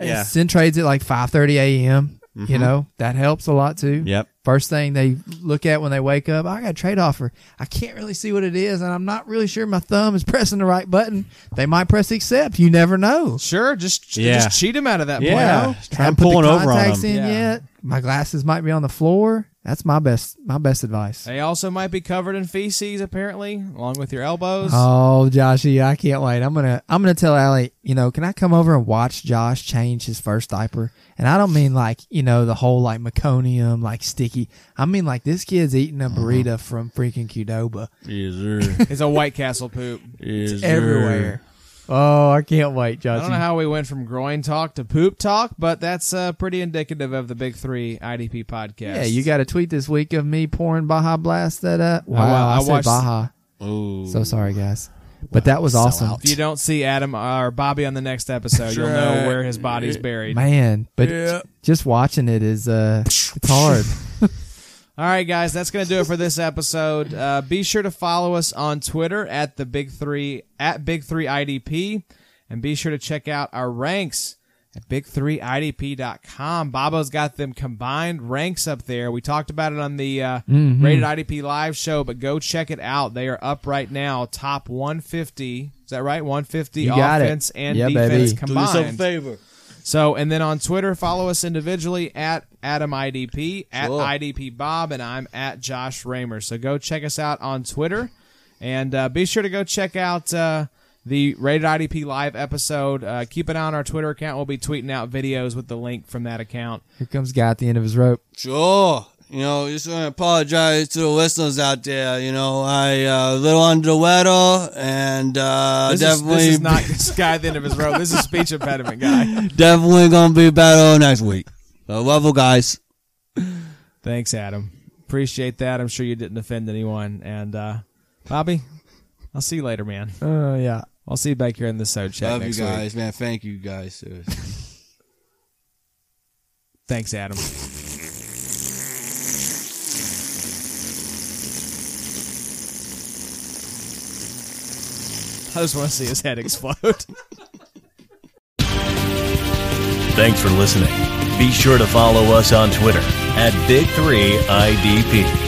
yeah Mm-hmm.
Send trades at like 5:30 a.m. You know that helps a lot too.
yep
First thing they look at when they wake up, I got a trade offer. I can't really see what it is, and I'm not really sure my thumb is pressing the right button. They might press accept. You never know.
Sure, just
Yeah.
just cheat him out of that
Yeah.
plan.
Try
Haven't
pulling
put the
over on
contacts
them.
in
Yeah.
yet. My glasses might be on the floor. That's my best. My best advice.
They also might be covered in feces, apparently, along with your elbows.
Oh, Joshy, I can't wait. I'm gonna I'm gonna tell Allie, you know, can I come over and watch Josh change his first diaper? And I don't mean like, you know, the whole like meconium, like sticky. I mean like this kid's eating
Mm-hmm.
a burrito from freaking Qdoba.
Yes, sir.
It's a White Castle poop.
Yes, sir.
Everywhere. Oh, I can't wait,
I
Joshy.
don't know how we went from groin talk to poop talk, but that's uh, pretty indicative of the big three IDP podcast.
yeah, you got a tweet this week of me pouring Baja Blast that uh
wa-
wow, I,
Oh, I
said
watched-
Baja.
Ooh.
So sorry guys. But that was awesome.
If you don't see Adam or Bobby on the next episode, you'll know where his body's buried.
Man, but just watching it is uh it's hard.
All right, guys, that's going to do it for this episode. Uh, be sure to follow us on Twitter at the Big Three at Big Three IDP, and be sure to check out our ranks at Big3IDP.com. Babo's got them combined ranks up there. We talked about it on the uh,
Mm-hmm.
Rated IDP live show, but go check it out. They are up right now, top 150. Is that right? 150
You got it.
offense and
Yeah, baby.
defense
Do yourself
Do yourself a
combined.
favor.
So, and then on Twitter, follow us individually at Adam IDP, at
Sure.
IDP Bob, and I'm at Josh Raymer. So go check us out on Twitter, and uh, be sure to go check out uh, the Rated IDP Live episode. Uh, keep an eye on our Twitter account. We'll be tweeting out videos with the link from that account.
Here comes guy at the end of his rope.
Sure. You know, just want to apologize to the listeners out there. You know, I uh, a little under the weather, and uh,
This,
definitely,
is, this is not this guy at the end of his rope. This is speech impediment guy.
definitely gonna be better next week. So, love you guys.
Thanks, Adam. Appreciate that. I'm sure you didn't offend anyone. And uh, Bobby, I'll see you later, man.
Oh yeah.
I'll see you back here in the so chat
love you
next week.
guys, man. Thank you guys. seriously.
Thanks, Adam. I just want to see his head explode.
Thanks for listening. Be sure to follow us on Twitter at Big3IDP